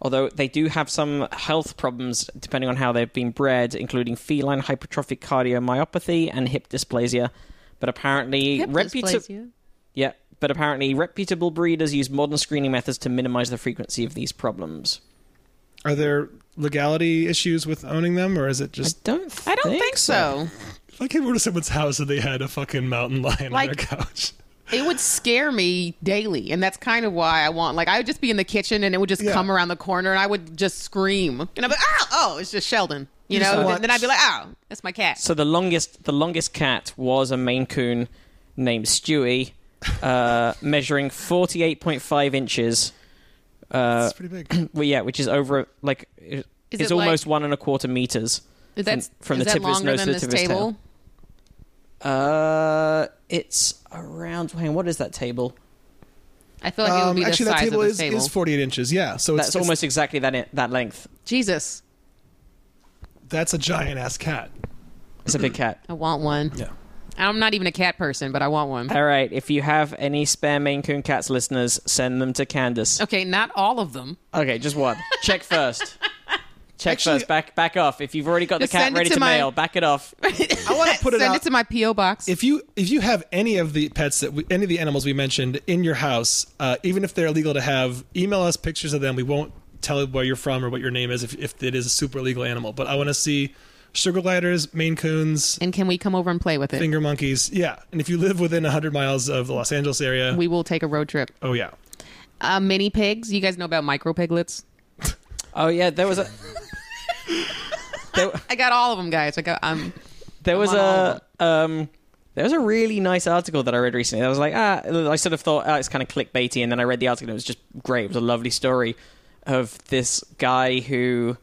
Although they do have some health problems depending on how they've been bred, including feline hypertrophic cardiomyopathy and hip dysplasia. But apparently, Hip reputa- dysplasia. Yeah, but apparently reputable breeders use modern screening methods to minimize the frequency of these problems. Are there legality issues with owning them, or is it just Don't I don't think, so. like if we were to someone's house and they had a fucking mountain lion Like- on their [laughs] couch? it would scare me daily and that's kind of why i want like i would just be in the kitchen and it would just Yeah. come around the corner and i would just scream and i'd be like oh, oh it's just sheldon you, just know want- and then i'd be like oh that's my cat So the longest the longest cat was a Maine Coon named Stewie, uh, [laughs] measuring forty eight point five inches. It's pretty big. Well, yeah, which is over like it- Is it's it like- almost one and a quarter meters. is that, from the is that tip of his longer nose to than the this tip of his table Uh, it's around. Hang, on, what is that table? i feel like it would be Um, actually, the that size table of is, this table is 48 inches. Yeah, so it's, That's almost exactly that i- that length. jesus that's a giant ass cat. It's a [clears throat] big cat. i want one Yeah, i'm not even a cat person but i want one All right, if you have any spare Maine Coon cats listeners, send them to Candace. okay not all of them Okay, just one. Check first. Check Actually- first. Back back off. If you've already got the Just cat send it ready to, to my- mail, back it [laughs] off. i want to put it send out- it to my po box if you if you have any of the pets that we, any of the animals we mentioned in your house, uh, even if they're illegal to have, email us pictures of them. We won't tell where you're from or what your name is if, if it is a super illegal animal. But I want to see sugar gliders, Maine Coons, and can we come over and play with it finger monkeys. Yeah, and if you live within 100 miles of the Los Angeles area, we will take a road trip oh yeah. uh, mini pigs you guys know about micro piglets Oh yeah, there was a there, i got all of them guys i got um, there was on all a um there was a really nice article that I read recently. I was like, ah, I sort of thought ah, it's kind of clickbaity, and then I read the article and it was just great. It was a lovely story of this guy who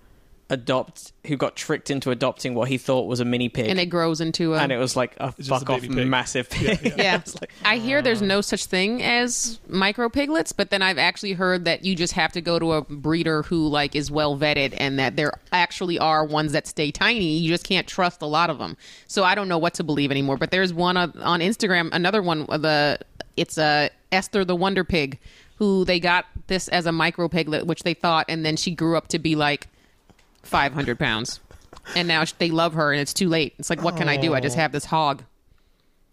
adopt who got tricked into adopting what he thought was a mini pig, and it grows into um, a. and it was like a just a fuck off baby pig. massive pig. [laughs] yeah, It's like, I hear there's no such thing as micro piglets, but then I've actually heard that you just have to go to a breeder who like is well vetted, and that there actually are ones that stay tiny. You just can't trust a lot of them. So I don't know what to believe anymore. But there's one on, on Instagram, another one. uh, The it's uh, Esther the Wonder Pig, who they got this as a micro piglet, which they thought, and then she grew up to be like 500 pounds. And now sh- they love her, and it's too late. It's like, what can I do? I just have this hog.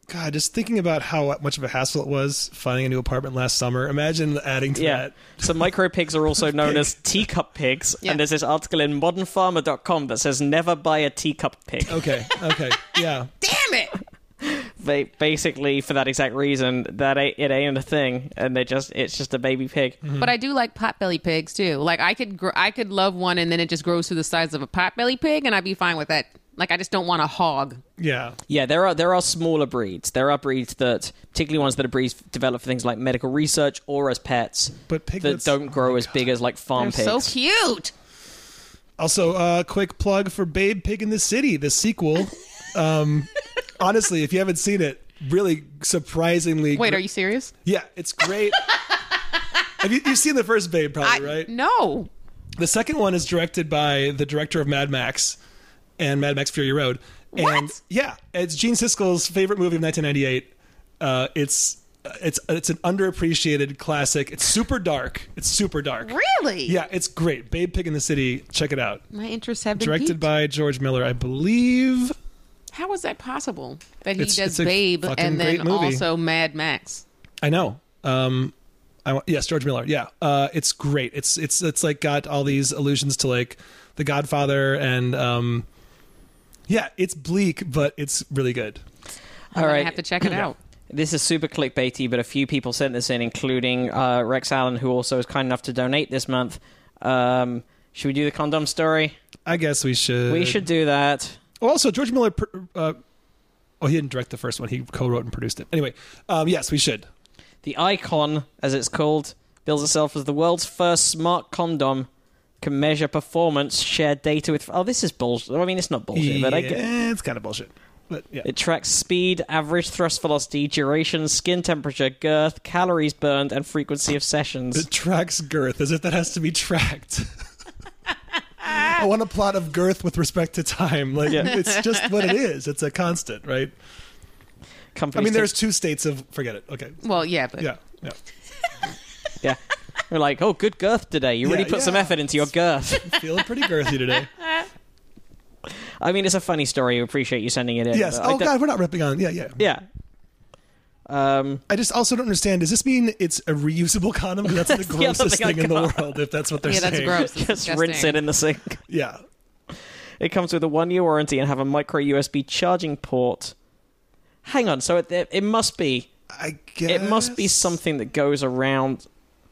God, just thinking about how much of a hassle it was finding a new apartment last summer. Imagine adding to Yeah. that. So micro pigs are also known as teacup pigs, Yeah. and there's this article in modernfarmer.com that says never buy a teacup pig. Okay, okay, yeah. Damn it! They basically for that exact reason that ain't, it ain't a thing, and they just it's just a baby pig. But I do like potbelly pigs too. Like I could gr- I could love one and then it just grows to the size of a potbelly pig and I'd be fine with that. Like I just don't want a hog. Yeah. [laughs] Yeah, there are there are smaller breeds. There are breeds that, particularly ones that are breeds developed for things like medical research or as pets, But piglets- Oh that don't grow as big as like farm They're pigs. so cute. Also, uh, quick plug for Babe Pig in the City, the sequel. Um, honestly, if you haven't seen it, really surprisingly. Wait, gr- are you serious? Yeah, it's great. Have you, you've seen the first Babe, I, probably, right? No. The second one is directed by the director of Mad Max and Mad Max Fury Road. And What? yeah, it's Gene Siskel's favorite movie of 1998. Uh, it's it's uh, it's an underappreciated classic. It's super dark. It's super dark. Really? Yeah, it's great. Babe Pig in the City. Check it out. My interests have been Directed piqued. by George Miller, I believe. How is that possible? That he It's- it's does a Babe fucking and great then movie. also Mad Max. I know. Um, I wa- yes, George Miller. Yeah, uh, it's great. It's it's it's like got all these allusions to like The Godfather and um, yeah, it's bleak, but it's really good. All I'm gonna right. have to check [clears throat] it out. This is super clickbaity, but a few people sent this in, including uh, Rex Allen, who also is kind enough to donate this month. Um, should we do the condom story? I guess we should. We should do that. Also, George Miller. pr- Uh, oh, he didn't direct the first one. He co-wrote and produced it. Anyway, um, yes, we should. The Icon, as it's called, bills itself as the world's first smart condom. Can measure performance, share data with. Oh, this is bullshit. I mean, it's not bullshit, but I get. Yeah, it's kind of bullshit. But yeah, It tracks speed, average thrust velocity, duration, skin temperature, girth, calories burned, and frequency of sessions. it tracks girth as if that has to [laughs] be tracked. I want a plot of girth with respect to time. Like Yeah. it's just what it is. It's a constant, right? I Companies mean, take- there's two states of forget it. Okay, Well, yeah, but yeah, yeah. Yeah. We're like, oh, good girth today. You really Yeah, put some yeah. effort into your girth. [laughs] Feeling pretty girthy today. I mean, it's a funny story. We appreciate you sending it in. Yes. but I Oh don't- God, we're not ripping on. Yeah, yeah. Yeah. Um, I just also don't understand. Does this mean it's a reusable condom? 'Cause That's, [laughs] the the other grossest thing I oh thing in the got. world. If that's what they're yeah, that's saying. gross. That's [laughs] just rinse disgusting. it in the sink. Yeah. It comes with a one-year warranty and have a micro USB charging port. Hang on, so it, it, it must be I guess it must be something that goes around.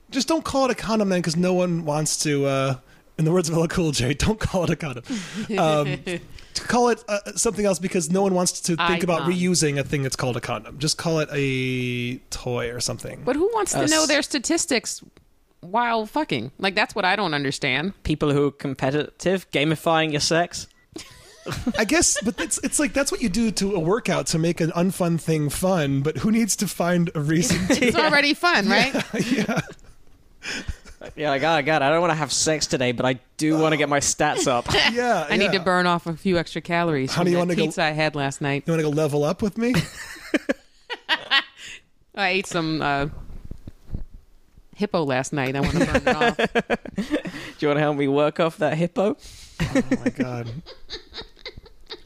Just don't call it a condom then, because no one wants to. Uh, in the words of Ella Cool J, [laughs] don't call it a condom. Um, to call it uh, something else because no one wants to think about Icon. reusing a thing that's called a condom. Just call it a toy or something. [laughs] But who wants to Us. know their statistics while fucking? Like that's what I don't understand. People who are competitive, gamifying your sex. I guess, but it's it's like that's what you do to a workout to make an unfun thing fun. But who needs to find a [laughs] reason? To, It's [laughs] already fun, right? Yeah, like oh god, I don't want to have sex today, but I do want to get my stats up. yeah, I need to yeah. burn off a few extra calories How from do you the wanna go- pizza I had last night. You want to go level up with [laughs] me? I ate some uh, hippo last night. I want to burn [laughs] it off. Do you want to help me work off that hippo? Oh my god.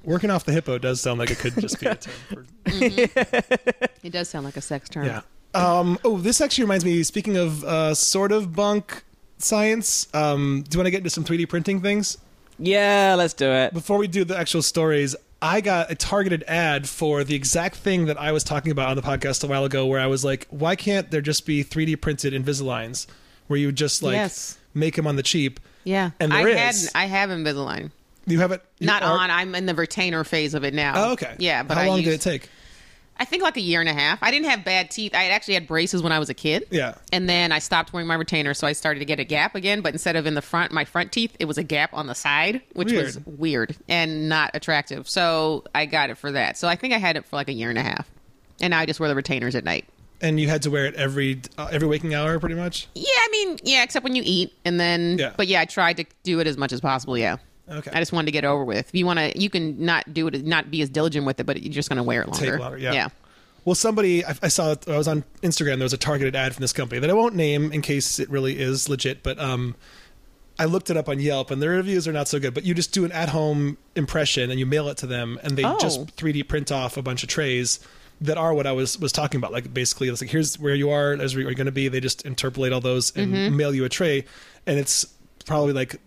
Working off the hippo does sound like it could just be a term. For, It does sound like a sex term. yeah. Um, oh, this actually reminds me. Speaking of uh, sort of bunk science, um, do you want to get into some 3D printing things? Yeah, let's do it. before we do the actual stories, I got a targeted ad for the exact thing that I was talking about on the podcast a while ago, where I was like, "Why can't there just be 3D printed Invisaligns, where you just like Yes. make them on the cheap?" Yeah. and I there is. had I have Invisalign. You have it you Not are- on. I'm in the retainer phase of it now. Oh, okay. Yeah, but how I long used, did it take? I think like a year and a half. I didn't have bad teeth. I had actually had braces when I was a kid. Yeah. And then I stopped wearing my retainer, so I started to get a gap again. But instead of in the front, my front teeth, it was a gap on the side, which was Weird. weird and not attractive. So I got it for that. So I think I had it for like a year and a half. And now I just wear the retainers at night. And you had to wear it every uh, every waking hour, pretty much. Yeah, I mean, yeah, except when you eat, and then. Yeah. But yeah, I tried to do it as much as possible. Yeah. Okay. I just wanted to get it over with. If you want to, you can not do it, not be as diligent with it, but you're just going to wear it longer. Take longer, yeah. Yeah. Well, somebody I, I saw I was on Instagram. There was a targeted ad from this company that I won't name in case it really is legit. But um, I looked it up on Yelp, and their reviews are not so good. But you just do an at-home impression, and you mail it to them, and they Oh. just 3D print off a bunch of trays that are what I was was talking about. Like basically, it's like here's where you are, there's where you're going to be. They just interpolate all those and Mm-hmm. mail you a tray, and it's probably like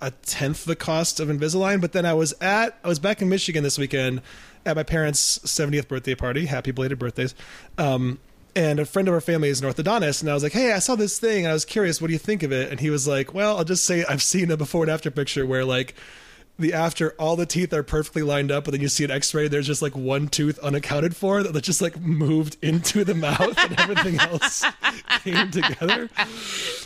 a tenth the cost of Invisalign. But then I was at I was back in Michigan this weekend at my parents' 70th birthday party. Happy belated birthdays. Um, and a friend of our family is an orthodontist, and I was like, "Hey, I saw this thing, and I was curious. What do you think of it?" And he was like, "Well, I'll just say I've seen a before and after picture where like." The after all the teeth are perfectly lined up, but then you see an X-ray. There's just like one tooth unaccounted for that just like moved into the mouth, and everything else [laughs] came together.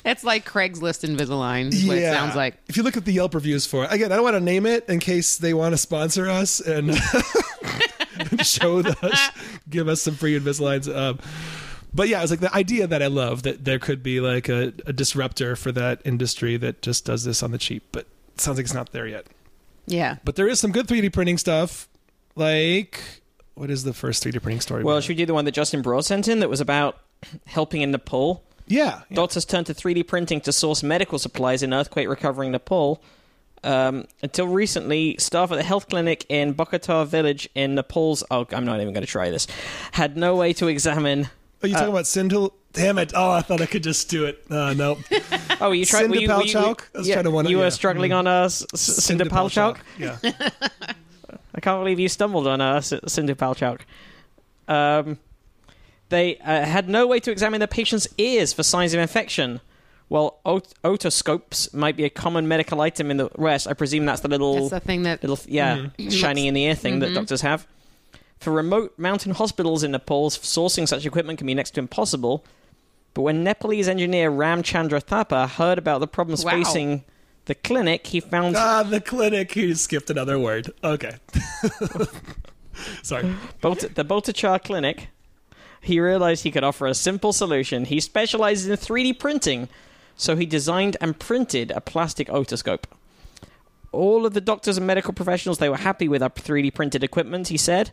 That's like Craigslist Invisalign, is what it sounds like. If you look at the Yelp reviews for it, again, I don't want to name it in case they want to sponsor us and [laughs] show [laughs] us, give us some free Invisaligns. Um, but yeah, it's like the idea that I love that there could be like a, a disruptor for that industry that just does this on the cheap, but it sounds like it's not there yet. Yeah. But there is some good 3D printing stuff. Like, what is the first 3D printing story? Well, about? should we do the one that Justin Broad sent in that was about helping in Nepal? yeah, yeah. Doctors turned to 3D printing to source medical supplies in earthquake recovering Nepal. Um, until recently, staff at the health clinic in Bokatar village in Nepal's. Oh, I'm not even going to try this. Had no way to examine. Are you talking about Sindhil? Damn it! Oh, I thought I could just do it. Uh, no. Oh, you tried. were you, were you, Sindapalchok? I was yeah, trying to one- you were yeah. Mm. struggling on uh, S- S- Sindapalchok. Yeah. I can't believe you stumbled on uh, S- Sindhu Palchuk. Um, they uh, had no way to examine the patient's ears for signs of infection. While ot- otoscopes might be a common medical item in the West, I presume that's the little, That's Mm-hmm. the thing that. little yeah, shining in the ear thing that doctors have. For remote mountain hospitals in Nepal, sourcing such equipment can be next to impossible. But when Nepalese engineer Ram Chandra Thapa heard about the problems Wow. facing the clinic, he found Ah, the clinic. He skipped another word. Okay. [laughs] Sorry. Bolt- the Boltachar Clinic, he realized he could offer a simple solution. He specializes in 3D printing, so he designed and printed a plastic otoscope. All of the doctors and medical professionals, they were happy with our 3D printed equipment, he said.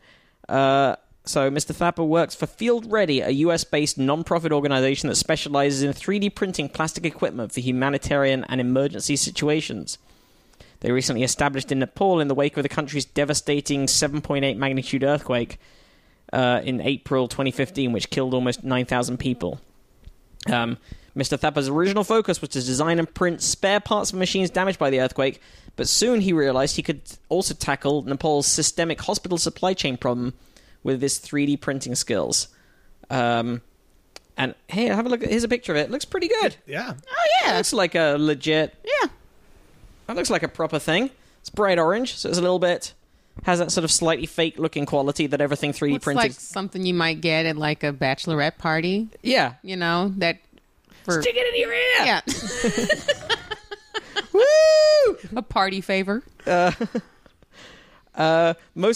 Uh, so Mr. Thapper works for Field Ready, a US-based non-profit organization that specializes in 3D printing plastic equipment for humanitarian and emergency situations. They recently established in Nepal in the wake of the country's devastating 7.8 magnitude earthquake uh, in April 2015, which killed almost 9,000 people. Um, Mr. Thapper's original focus was to design and print spare parts for machines damaged by the earthquake, but soon he realized he could also tackle Nepal's systemic hospital supply chain problem with his 3D printing skills. Um, and here, have a look. at Here's a picture of it. Looks pretty good. Yeah. oh, yeah. Looks like a legit Yeah. that looks like a proper thing. It's bright orange, so it's a little bit has that sort of slightly fake looking quality that everything 3D It's printed. like something you might get at like a bachelorette party, Yeah. you know, that for Stick it in your ear. yeah, [laughs] Woo! a party favor. Most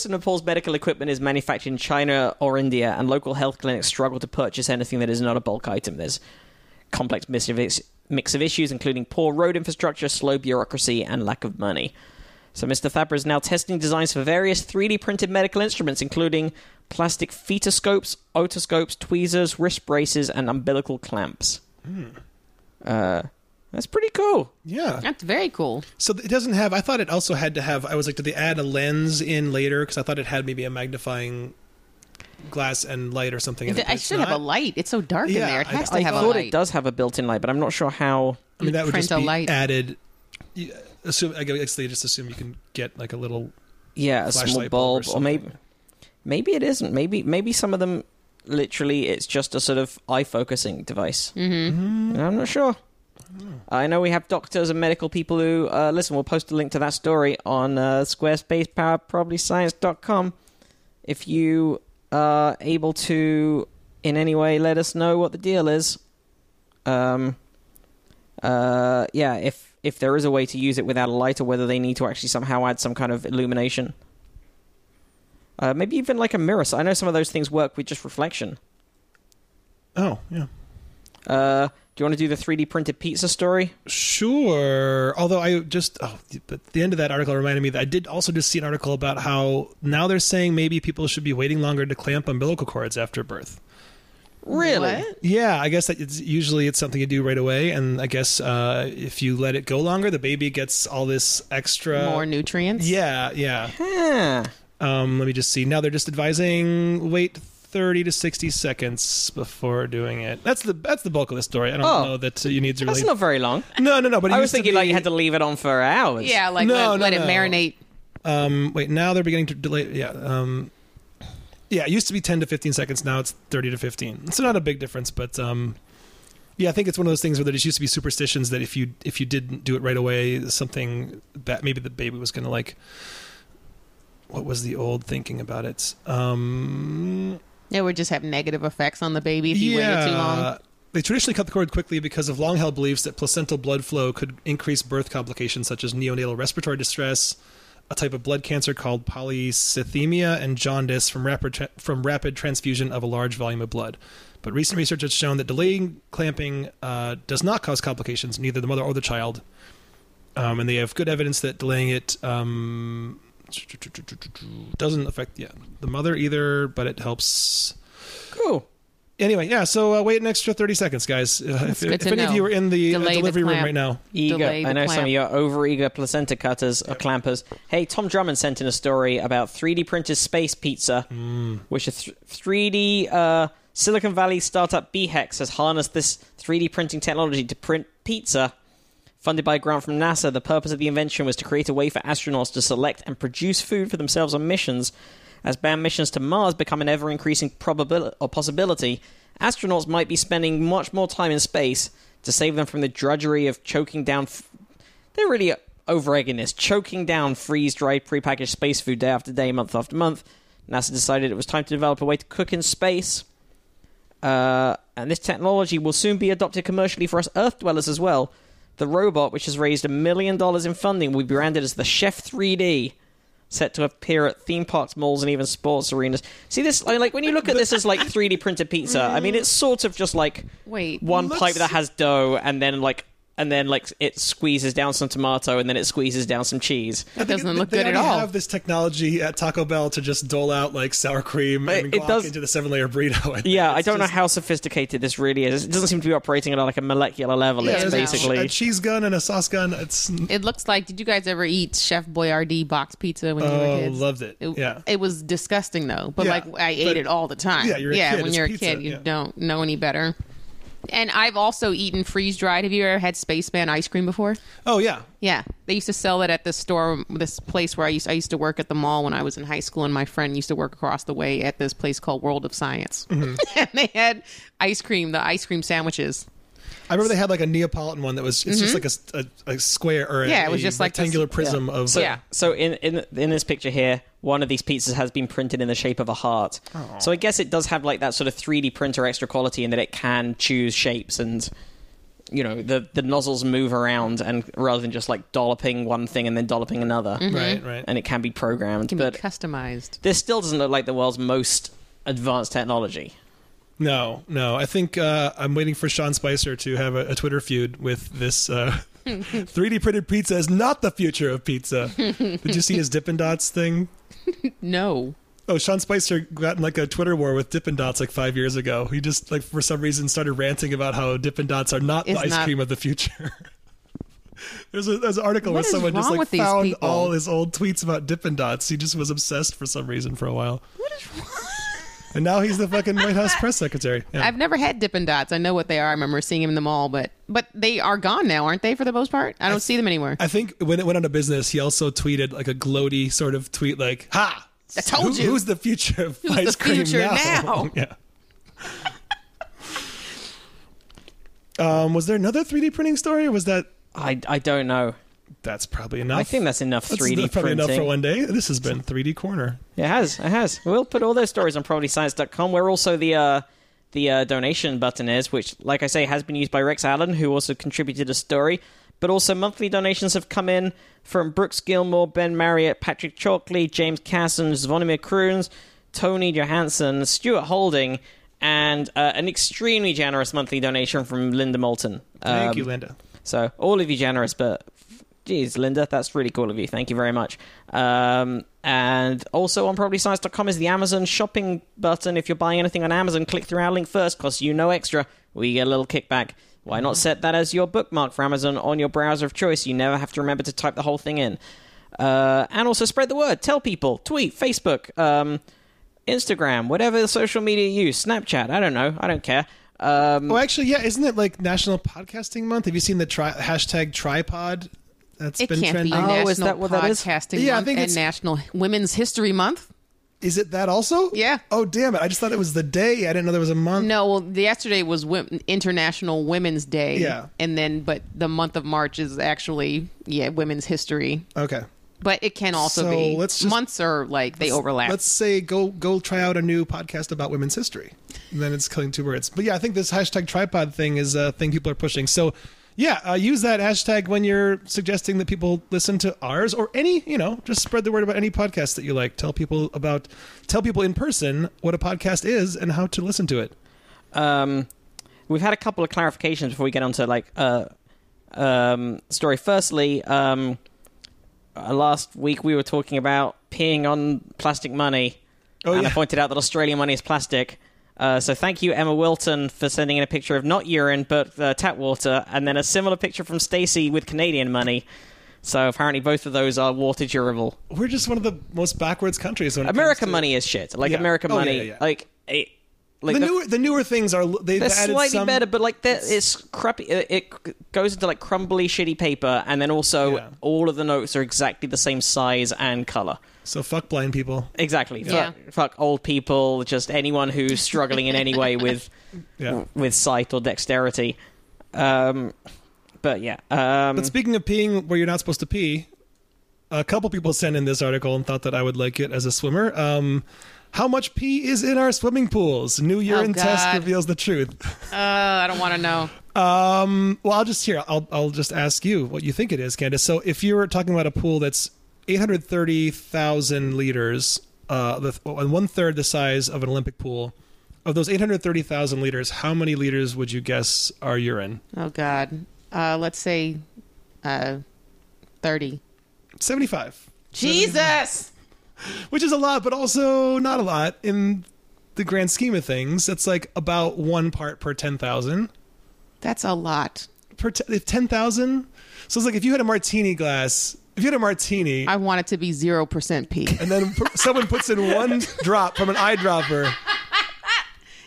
of Nepal's medical equipment is manufactured in China or India, and local health clinics struggle to purchase anything that is not a bulk item. There's complex mix of, is- mix of issues, including poor road infrastructure, slow bureaucracy, and lack of money. So, Mr. Thapper is now testing designs for various 3D printed medical instruments, including plastic fetoscopes, otoscopes, tweezers, wrist braces, and umbilical clamps. Uh, that's pretty cool. Yeah. That's very cool. So it doesn't have. I thought it also had to have. I was like, did they add a lens in later? Because I thought it had maybe a magnifying glass and light or something. in it, but I it's should not. have a light. It's so dark in Yeah, there. It I- has I to have a thought light. it does have a built in light, but I'm not sure how. I mean, that would print just a be light. added. you- Assume I guess they just assume you can get like a little. yeah, a small flashlight bulb bulb, or or, maybe maybe it isn't. Maybe maybe some of them literally it's just a sort of eye focusing device. Mm-hmm. I'm not sure. I know we have doctors and medical people who uh, listen. We'll post a link to that story on uh, squarespacepowerprobablyscience.com. If you uh, able to in any way let us know what the deal is, um, uh, yeah, if if there is a way to use it without a light, or whether they need to actually somehow add some kind of illumination, uh, maybe even like a mirror. So I know some of those things work with just reflection. Oh, yeah. Uh, do you want to do the 3D printed pizza story? Sure. Although I just, oh, but the end of that article reminded me that I did also just see an article about how now they're saying maybe people should be waiting longer to clamp umbilical cords after birth. Really? What? Yeah, I guess that it's usually it's something you do right away, and I guess uh, if you let it go longer, the baby gets all this extra. More nutrients. Yeah, yeah. Yeah. Um, let me just see. Now they're just advising wait thirty to sixty seconds before doing it. That's the that's the bulk of the story. I don't Oh. know that you need to really. That's not very long. no, no, no. But it I was used to thinking like be- you had to leave it on for hours. Yeah, like No, let, no, let it no. marinate. Um, wait, now they're beginning to delay. Yeah. Um, yeah, it used to be 10 to 15 seconds. Now it's 30 to 15. So not a big difference, but um, yeah, I think it's one of those things where there just used to be superstitions that if you if you didn't do it right away, something that maybe the baby was going to like. What was the old thinking about it? Um, It would just have negative effects on the baby if you waited too long. They traditionally cut the cord quickly because of long held beliefs that placental blood flow could increase birth complications such as neonatal respiratory distress, a type of blood cancer called polycythemia, and jaundice from rapid, tra- from rapid transfusion of a large volume of blood. But recent research has shown that delaying clamping uh, does not cause complications, neither the mother or the child. Um, and they have good evidence that delaying it um, doesn't affect yeah, the mother either, but it helps Cool. anyway, yeah. So uh, wait an extra thirty seconds, guys. Uh, if good if to any of know. you are in the uh, Delay the delivery room clamp. right now, Eager. Delay the I know some clamp. of you are over-eager placenta cutters or clampers. Hey, Tom Drummond sent in a story about 3D printed space pizza, Mm. which a th- 3D uh, Silicon Valley startup BHEX has harnessed this 3D printing technology to print pizza. Funded by a grant from NASA, the purpose of the invention was to create a way for astronauts to select and produce food for themselves on missions. As band missions to Mars become an ever increasing probability or possibility, astronauts might be spending much more time in space to save them from the drudgery of choking down. F- They're really over egging this, choking down freeze dried prepackaged space food day after day, month after month. NASA decided it was time to develop a way to cook in space. Uh, and this technology will soon be adopted commercially for us Earth dwellers as well. The robot, which has raised a million dollars in funding, will be branded as the Chef 3D, set to appear at theme parks, malls, and even sports arenas. See this, I- like when you look at this as like 3D printed pizza, I mean it's sort of just like Wait, one let's- pipe that has dough, and then like and then like it squeezes down some tomato, and then it squeezes down some cheese. That doesn't look they good at already all. Have this technology at Taco Bell to just dole out like sour cream But and it guac does- into the seven-layer burrito. I think. Yeah, I It's don't just- know how sophisticated this really is. It doesn't seem to be operating at like a molecular level. Yeah, it's there's a- basically a cheese gun and a sauce gun. It's It looks like. Did you guys ever eat Chef Boyardee box pizza when you were Oh, kids? loved it. Yeah. it was disgusting though, but Yeah, like I ate but- it all the time. Yeah, you're a kid, when it's you're pizza, a kid, you yeah. don't know any better. And I've also eaten freeze dried. Have you ever had Spaceman ice cream before? oh yeah. Yeah, they used to sell it at this store, this place where I used I used to work at the mall when I was in high school, and my friend used to work across the way at this place called World of Science, Mm-hmm. [laughs] and they had ice cream, the ice cream sandwiches. I remember they had like a Neapolitan one that was it's just like a, a, a square or a, Mm-hmm. Yeah, it was a just like this- rectangular prism of So, Yeah. So in, in in this picture here, one of these pizzas has been printed in the shape of a heart. So I guess it does have like that sort of 3D printer extra quality in that it can choose shapes and you know the the nozzles move around and rather than just like dolloping one thing and then dolloping another. right, right. And it can be programmed, Mm-hmm. Can but be customized. this still doesn't look like the world's most advanced technology. No, no. I think uh, I'm waiting for Sean Spicer to have a, a Twitter feud with this. [laughs] Uh, 3D printed pizza is not the future of pizza. Did you see his Dippin' Dots thing? No, Oh, Sean Spicer got in like a Twitter war with Dippin' Dots like five years ago. He just like for some reason started ranting about how Dippin' Dots are not It's the ice not- cream of the future. [laughs] there's, a, there's an article What where is someone just wrong like with these found people? all his old tweets about Dippin' Dots. He just was obsessed for some reason for a while. What is wrong? And now he's the fucking White House press [laughs] secretary. Yeah. I've never had Dippin' Dots. I know what they are. I remember seeing them in the mall, but but they are gone now, aren't they? For the most part, I don't see them anywhere. I think when it went out of business, he also tweeted like a gloaty sort of tweet, like "Ha! I told Who- you." Who's the future of [laughs] Who's ice the cream future now?" now? [laughs] yeah. Um, was there another 3D printing story? Or was that I I don't know. that's probably enough. I think that's enough That's 3D probably printing. enough for one day. This has been 3D Corner. It has. It has. We'll put all those stories on probablyscience.com, where also the uh, the uh, donation button is, which, like I say, has been used by Rex Allen, who also contributed a story. But also, monthly donations have come in from Brooks Gilmore, Ben Marriott, Patrick Chalkley, James Casson, Zvonimir Kroons, Tony Johansson, Stuart Holding, and uh, an extremely generous monthly donation from Linda Moulton. Thank Um, you, Linda. so all of you generous, but geez, Linda, that's really cool of you. Thank you very much. Um, and also on probablyscience.com is the Amazon shopping button. If you're buying anything on Amazon, click through our link first, costs you no extra. We get a little kickback. Why not set that as your bookmark for Amazon on your browser of choice? You never have to remember to type the whole thing in. Uh, and also spread the word. Tell people. Tweet, Facebook. Um, Instagram, whatever the social media you use, Snapchat, I don't know, I don't care. Um, Oh, actually, yeah. Isn't it like National Podcasting Month? Have you seen the tri- hashtag tripod? That's It been can't trending. be Oh, National is that what that is? Podcasting Yeah, I Month think and it's- National Women's History Month. Is it that also? Yeah. Oh, damn it! I just thought it was the day. I didn't know there was a month. No, well, the- yesterday was Wom- International Women's Day. Yeah. and then but the month of March is actually yeah Women's History. Okay. But it can also So, be let's just- months are like they overlap. Let's say go go try out a new podcast about women's history. And then it's killing two birds. But yeah, I think this hashtag tripod thing is a thing people are pushing. So yeah, uh, use that hashtag when you're suggesting that people listen to ours or any. You know, just spread the word about any podcast that you like. Tell people about tell people in person what a podcast is and how to listen to it. um, we've had a couple of clarifications before we get onto like uh, um, story. Firstly, um, uh, last week we were talking about peeing on plastic money, Oh, and I yeah. pointed out that Australian money is plastic. Uh, so thank you, Emma Wilton, for sending in a picture of not urine but uh, tap water, and then a similar picture from Stacey with Canadian money. So apparently, both of those are water durable. We're just one of the most backwards countries. When it comes American to- money is shit. Like Yeah. American Oh, yeah, money, yeah, yeah. like it, like The, the- newer the newer things are they've they're added slightly some, better, but like they're, it's crappy. It, it goes into like crumbly, shitty paper, and then also Yeah. all of the notes are exactly the same size and color. So fuck blind people. Exactly. Yeah. Fuck, fuck old people, just anyone [laughs] who's struggling in any way with Yeah. with sight or dexterity. Um, but yeah, um, But speaking of peeing where you're not supposed to pee, a couple people sent in this article and thought that I would like it as a swimmer. Um, how much pee is in our swimming pools? New urine test God. reveals the truth. [laughs] uh, I don't want to know. Um, well, I'll just here. I'll I'll just ask you what you think it is, Candace. So if you were talking about a pool that's 830,000 liters, uh, the, and one third the size of an Olympic pool, of those 830,000 liters, how many liters would you guess are urine? Oh God, uh, let's say uh, thirty. 75. Jesus. which is a lot, but also not a lot in the grand scheme of things. It's like about one part per ten thousand. That's a lot. Per t- ten thousand, so it's like if you had a martini glass, if you had a martini, I want it to be zero percent [laughs] pee. and then p- someone puts in one drop from an eyedropper.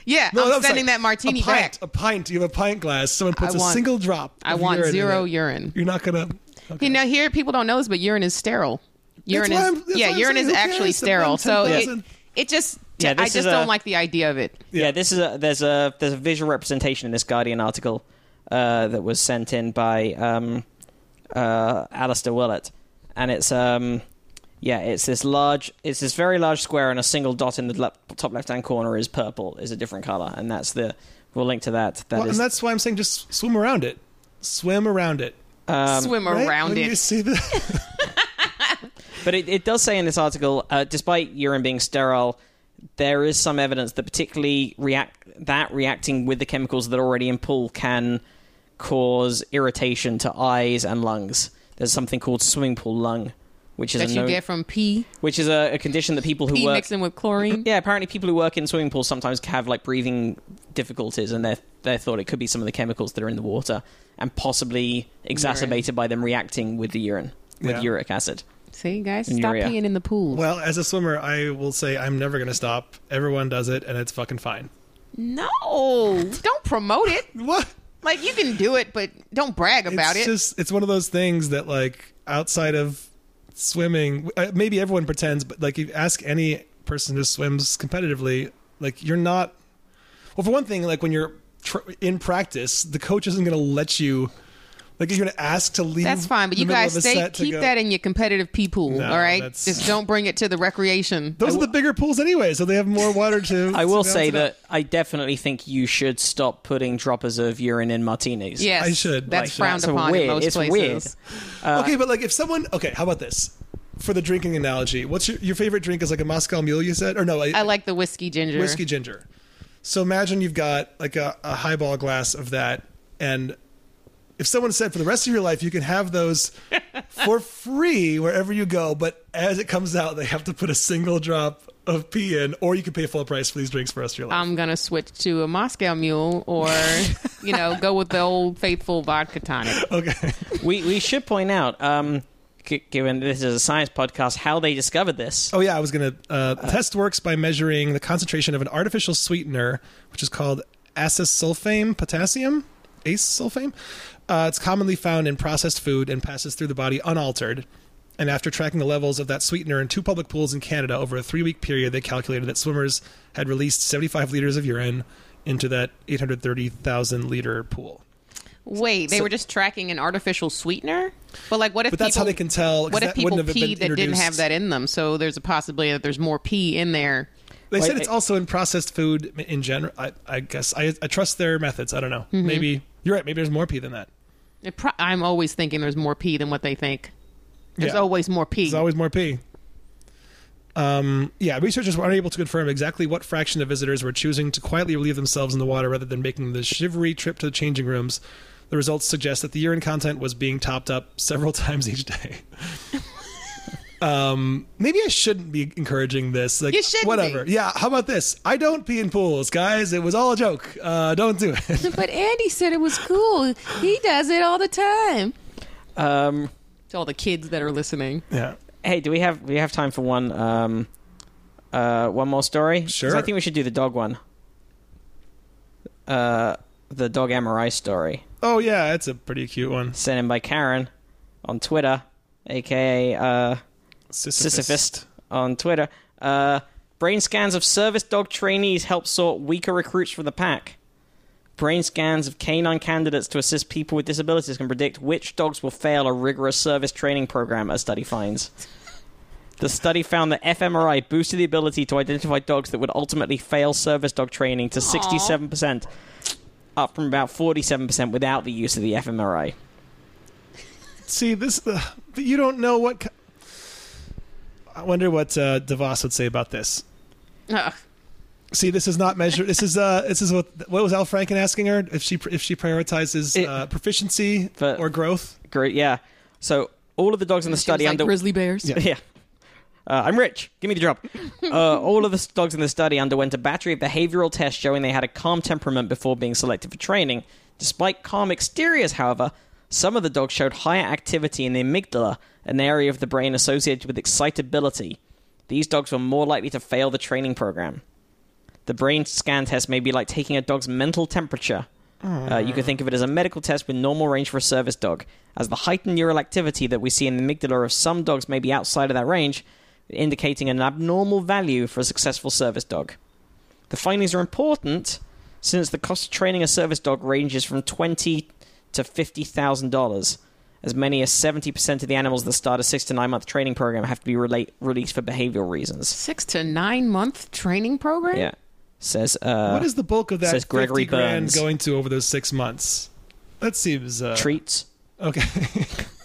Yeah, No, I'm that's sending like that martini a pint, back. A pint. You have a pint glass. Someone puts I a want- single drop. I of want urine in zero it. urine. You're not gonna. You know, here people don't know this, but urine is sterile. Urine why is I'm- that's yeah, why I'm urine saying, is who actually cares? The sterile. one So it, 10,000. it just Yeah, I this just is don't a- like the idea of it. yeah, this is a there's a there's a visual representation in this Guardian article uh, that was sent in by um, uh, Alistair Willett, and it's um, yeah, it's this large, it's this very large square, and a single dot in the le- top left hand corner is purple, is a different color, and that's the we'll link to that. That Well, is- and that's why I'm saying just swim around it. Swim around it. Swim right? around When it. You see the. But it, it does say in this article, uh, despite urine being sterile, there is some evidence that particularly react that reacting with the chemicals that are already in pool can cause irritation to eyes and lungs. There's something called swimming pool lung, which is that a you known- get from pee, which is a, a condition that people who pee work mixing with chlorine. [laughs] yeah, apparently people who work in swimming pools sometimes have like breathing difficulties, and they're they thought it could be some of the chemicals that are in the water, and possibly exacerbated by them reacting with the urine with Yeah. uric acid. See, guys, And stop urea. peeing in the pool. Well, as a swimmer, I will say I'm never going to stop. Everyone does it, and it's fucking fine. no, don't promote it. What? Like you can do it, but don't brag about it's it. just it's one of those things that like outside of swimming, uh, maybe everyone pretends, but like if you ask any person who swims competitively, like you're not. Well, for one thing, like when you're tr- in practice, the coach isn't going to let you Like you're gonna ask to leave. That's fine, but the you middle guys of a stay set to keep go- that in your competitive pee pool, No, all right? that's- Just don't bring it to the recreation. Those are the bigger pools anyway, so they have more water to. [laughs] I will to say balance it out. that I definitely think you should stop putting droppers of urine in martinis. Yes, I should, That's like, frowned that's a upon in weird- most it's places. weird. okay, but like if someone, okay, how about this? For the drinking analogy, what's your, your favorite drink? Is like a Moscow Mule, you said, or no? I like the whiskey ginger. whiskey ginger. So imagine you've got like a, a highball glass of that, and if someone said for the rest of your life you can have [laughs] those for free wherever you go, but as it comes out, they have to put a single drop of pee in, or you can pay full price for these drinks for the rest of your life. I'm gonna switch to a Moscow Mule, [laughs] or you know, go with the old faithful vodka tonic. okay, We we should point out, um, g- given this is a science podcast, how they discovered this. Oh yeah, I was gonna. Uh, the test works by measuring the concentration of an artificial sweetener, which is called acesulfame potassium, acesulfame. Uh, it's commonly found in processed food and passes through the body unaltered. And after tracking the levels of that sweetener in two public pools in Canada over a three-week period, they calculated that swimmers had released 75 liters of urine into that 830,000 liter pool. Wait, they So- were just tracking an artificial sweetener. But like, what if? But that's people, how they can tell. 'cause What if that wouldn't have people been pee that didn't introduced. have that in them? So there's a possibility that there's more pee in there. They Like, said it's I- also in processed food m- in general. I, I guess I, I trust their methods. I don't know. Maybe you're right. Maybe there's more pee than that. It pro- I'm always thinking there's more pee than what they think. There's Yeah. always more pee. There's always more pee. Um, yeah, researchers were unable to confirm exactly what fraction of visitors were choosing to quietly relieve themselves in the water rather than making the shivery trip to the changing rooms. The results suggest that the urine content was being topped up several [laughs] times each day. um, maybe I shouldn't be encouraging this. Like, You shouldn't be. whatever. Yeah. How about this? I don't pee in pools, guys. It was all a joke. Uh, don't do it. [laughs] But Andy said it was cool. He does it all the time. Um, To all the kids that are listening. Yeah. hey, do we have we have time for one um, uh, one more story? 'Cause Sure. I think we should do the dog one. Uh, the dog MRI story Oh yeah, it's a pretty cute one. sent in by Karen on Twitter, aka uh, Sisyphist on Twitter. Uh, brain scans of service dog trainees help sort weaker recruits from the pack. Brain scans of canine candidates to assist people with disabilities can predict which dogs will fail a rigorous service training program, a study finds. The study found that fMRI boosted the ability to identify dogs that would ultimately fail service dog training to 67%, up from about 47% without the use of the fMRI. See this, uh, but you don't know what. ki- I wonder what uh, DeVos would say about this. Ugh. See, this is not measured. This is uh, this is what what was Al Franken asking her if she if she prioritizes It- uh, proficiency But- or growth. Great, yeah. So, all of the dogs in the She study was like under. grizzly bears. [laughs] Yeah. Uh, I'm rich. Give me the job. Uh, all of the dogs in the study underwent a battery of behavioral tests showing they had a calm temperament before being selected for training. Despite calm exteriors, however, some of the dogs showed higher activity in the amygdala, an area of the brain associated with excitability. These dogs were more likely to fail the training program. The brain scan test may be like taking a dog's mental temperature. Uh, you can think of it as a medical test with normal range for a service dog, as the heightened neural activity that we see in the amygdala of some dogs may be outside of that range, indicating an abnormal value for a successful service dog. The findings are important since the cost of training a service dog ranges from twenty to fifty thousand dollars. As many as seventy percent of the animals that start a six to nine month training program have to be relate- released for behavioral reasons. Six to nine month training program? Yeah, says uh, what is the bulk of that says Gregory 50 grand Burns. going to over those six months? That seems uh, treats. Okay. [laughs]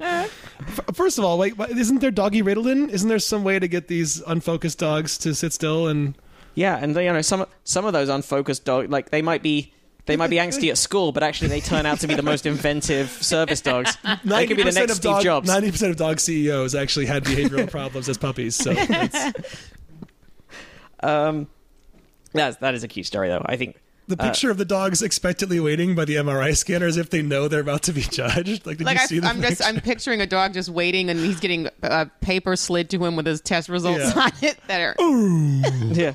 F- First of all, wait, wh- isn't there doggy Ritalin? Isn't there some way to get these unfocused dogs to sit still and? Yeah, and you know some some of those unfocused dogs, like they might be they might be angsty at school, but actually they turn out to be the most [laughs] inventive service dogs. They could be the 90% next of Steve dog, Jobs. Ninety percent of dog CEOs actually had behavioral problems as puppies. [laughs] So that's- That's, that is a cute story, though. I think the picture of the dogs expectantly waiting by the MRI scanner as if they know they're about to be judged. Like, did Like you I, see the I'm just, picture? I'm picturing a dog just waiting, and he's getting uh, paper slid to him with his test results Yeah. on it that are yeah.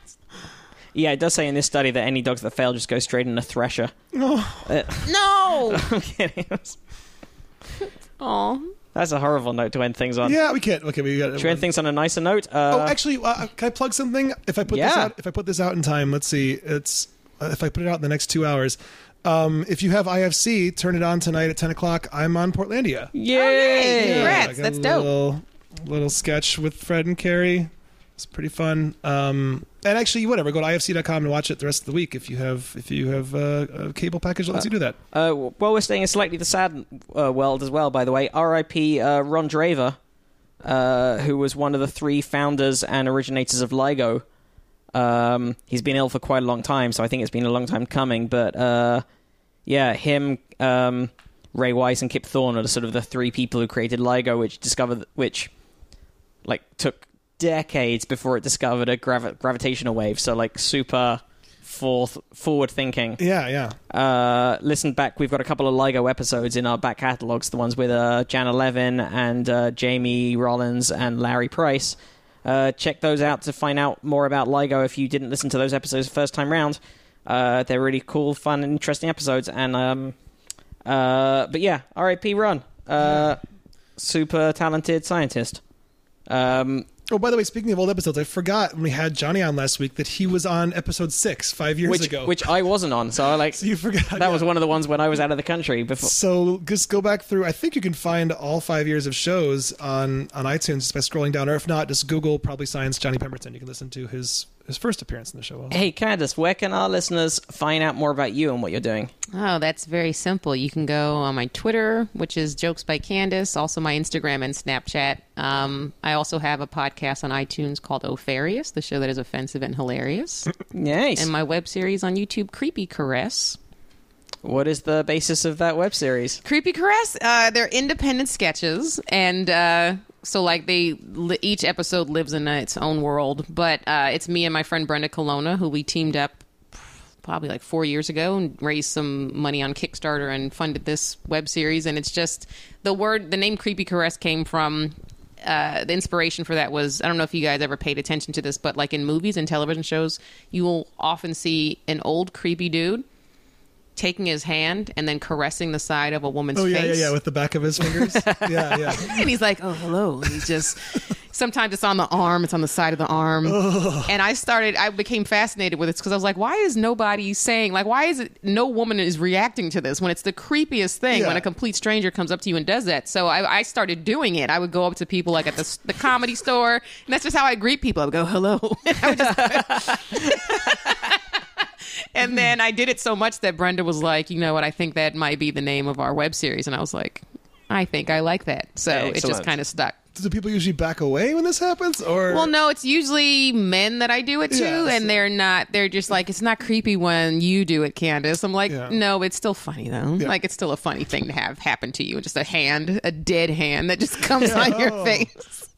[laughs] Yeah, it does say in this study that any dogs that fail just go straight in a thresher. [laughs] no. I'm kidding. Aw. That's a horrible note to end things on. yeah, we can't. Okay, we got. To end things on a nicer note, oh, uh, actually, uh, can I plug something? If I put this Yeah. out, if I put this out in time, let's see. It's uh, if I put it out in the next two hours. Um, if you have IFC, turn it on tonight at 10 o'clock. I'm on Portlandia. Oh, yay. Yay! Congrats, I got a that's dope. Little, little sketch with Fred and Carrie. It's pretty fun. Um, and actually, whatever. Go to ifc.com and watch it the rest of the week if you have if you have uh, a cable package that lets you do that. Uh, w- while we're staying in slightly the sad uh, world as well, by the way, R.I.P. Uh, Ron Draver, uh, who was one of the three founders and originators of LIGO. Um, he's been ill for quite a long time, so I think it's been a long time coming. But uh, yeah, him, um, Ray Weiss, and Kip Thorne are the sort of the three people who created LIGO, which discovered which like took decades before it discovered a gravi- gravitational wave. So like super forth forward thinking Yeah, yeah. uh, listen back. We've got a couple of LIGO episodes in our back catalogs, the ones with uh, Jan Levin and uh, Jamie Rollins and Larry Price. Uh, check those out to find out more about LIGO if you didn't listen to those episodes the first time round. Uh, they're really cool, fun, and interesting episodes. And um, uh, but yeah, R.I.P. Run, uh, super talented scientist. Um, Oh, by the way, speaking of old episodes, I forgot when we had Johnny on last week that he was on episode six five years which ago. which I wasn't on, so I like [laughs] so [laughs] you forgot that yeah. was one of the ones when I was out of the country before. So just go back through. I think you can find all five years of shows on on iTunes just by scrolling down, or if not, just Google probably science Johnny Pemberton. You can listen to his his first appearance in the show. Hey, Candace, where can our listeners find out more about you and what you're doing? Oh, that's very simple. You can go on my Twitter, which is Jokes by Candace, also my Instagram and Snapchat. Um, I also have a podcast on iTunes called Ofarious, the show that is offensive and hilarious, Nice. and my web series on YouTube, Creepy Caress. what is the basis of that web series? Creepy Caress, uh, they're independent sketches, and uh, so like they li- each episode lives in uh, its own world. But uh, it's me and my friend Brenda Colonna who we teamed up probably like four years ago and raised some money on Kickstarter and funded this web series. And it's just the word, the name Creepy Caress came from. Uh, the inspiration for that was I don't know if you guys ever paid attention to this, but like in movies and television shows, you will often see an old creepy dude taking his hand and then caressing the side of a woman's Oh yeah, yeah, face. yeah, with the back of his [laughs] fingers. yeah, yeah. and he's like, "Oh, hello." And he's just sometimes it's on the arm, it's on the side of the arm. And I started, I became fascinated with it because I was like, "Why is nobody saying like Why is it no woman is reacting to this when it's the creepiest thing Yeah. when a complete stranger comes up to you and does that?" So I, I started doing it. I would go up to people like at the the comedy store, and that's just how I greet people. I would go, "Hello." [laughs] And I would just and then I did it so much that Brenda was like, you know what, I think that might be the name of our web series. And I was like, I think I like that. So it just Excellent. kind of stuck. Do people usually back away when this happens, or Well, no, it's usually men that I do it to, Yeah, so- and they're not, they're just like, it's not creepy when you do it, Candace. I'm like, Yeah. no, it's still funny, though. Yeah. Like, it's still a funny thing to have happen to you. Just a hand, a dead hand that just comes on your Oh. face.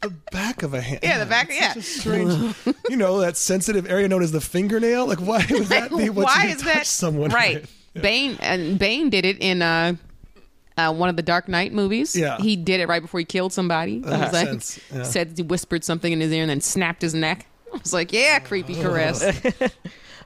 the back of a hand? Yeah, the back- that's yeah. such a strange. you know that sensitive area known as the fingernail. Like, why would that be? Once [laughs] why you is touch that someone? right? Bane and Bane did it in uh, uh, one of the Dark Knight movies. Yeah. he did it right before he killed somebody. He makes was like- sense. Yeah. Said he whispered something in his ear and then snapped his neck. I was like, yeah, creepy [laughs] caress.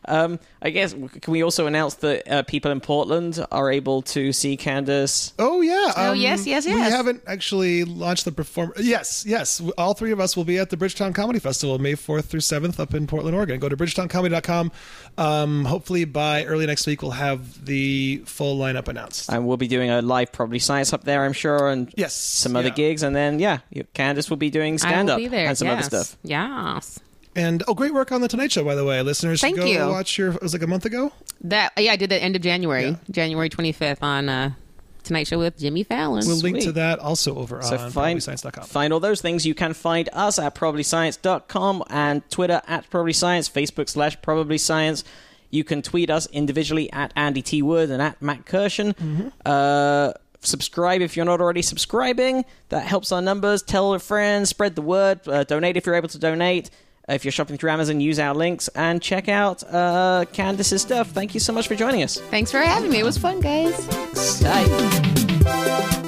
I guess can we also announce that uh, people in Portland are able to see Candace? Oh yeah. Oh, yes, yes, We yes. haven't actually launched the perform. Yes, yes. All three of us will be at the Bridgetown Comedy Festival May fourth through seventh up in Portland, Oregon. Go to bridgetowncomedy.com. Um, hopefully by early next week we'll have the full lineup announced. And we'll be doing a live probably science up there, I'm sure, and Yes, some other yeah. gigs. And then yeah, you- Candace will be doing stand I up will be there. and some yes. other stuff. Yes, and oh, great work on the Tonight Show, by the way, listeners. should Thank go you. Watch your. It was like a month ago. that yeah, I did that end of January, Yeah. January 25th on uh, Tonight Show with Jimmy Fallon. We'll link Sweet. to that also over So on find probablyscience.com. find all those things. You can find us at probablyscience.com and Twitter at probablyscience, Facebook slash probablyscience. You can tweet us individually at Andy T Wood and at Matt Kirshen. Uh, subscribe if you're not already subscribing. That helps our numbers. Tell a friend, spread the word, uh, donate if you're able to donate. If you're shopping through Amazon, use our links and check out uh, Candace's stuff. Thank you so much for joining us. Thanks for having me. It was fun, guys. Bye.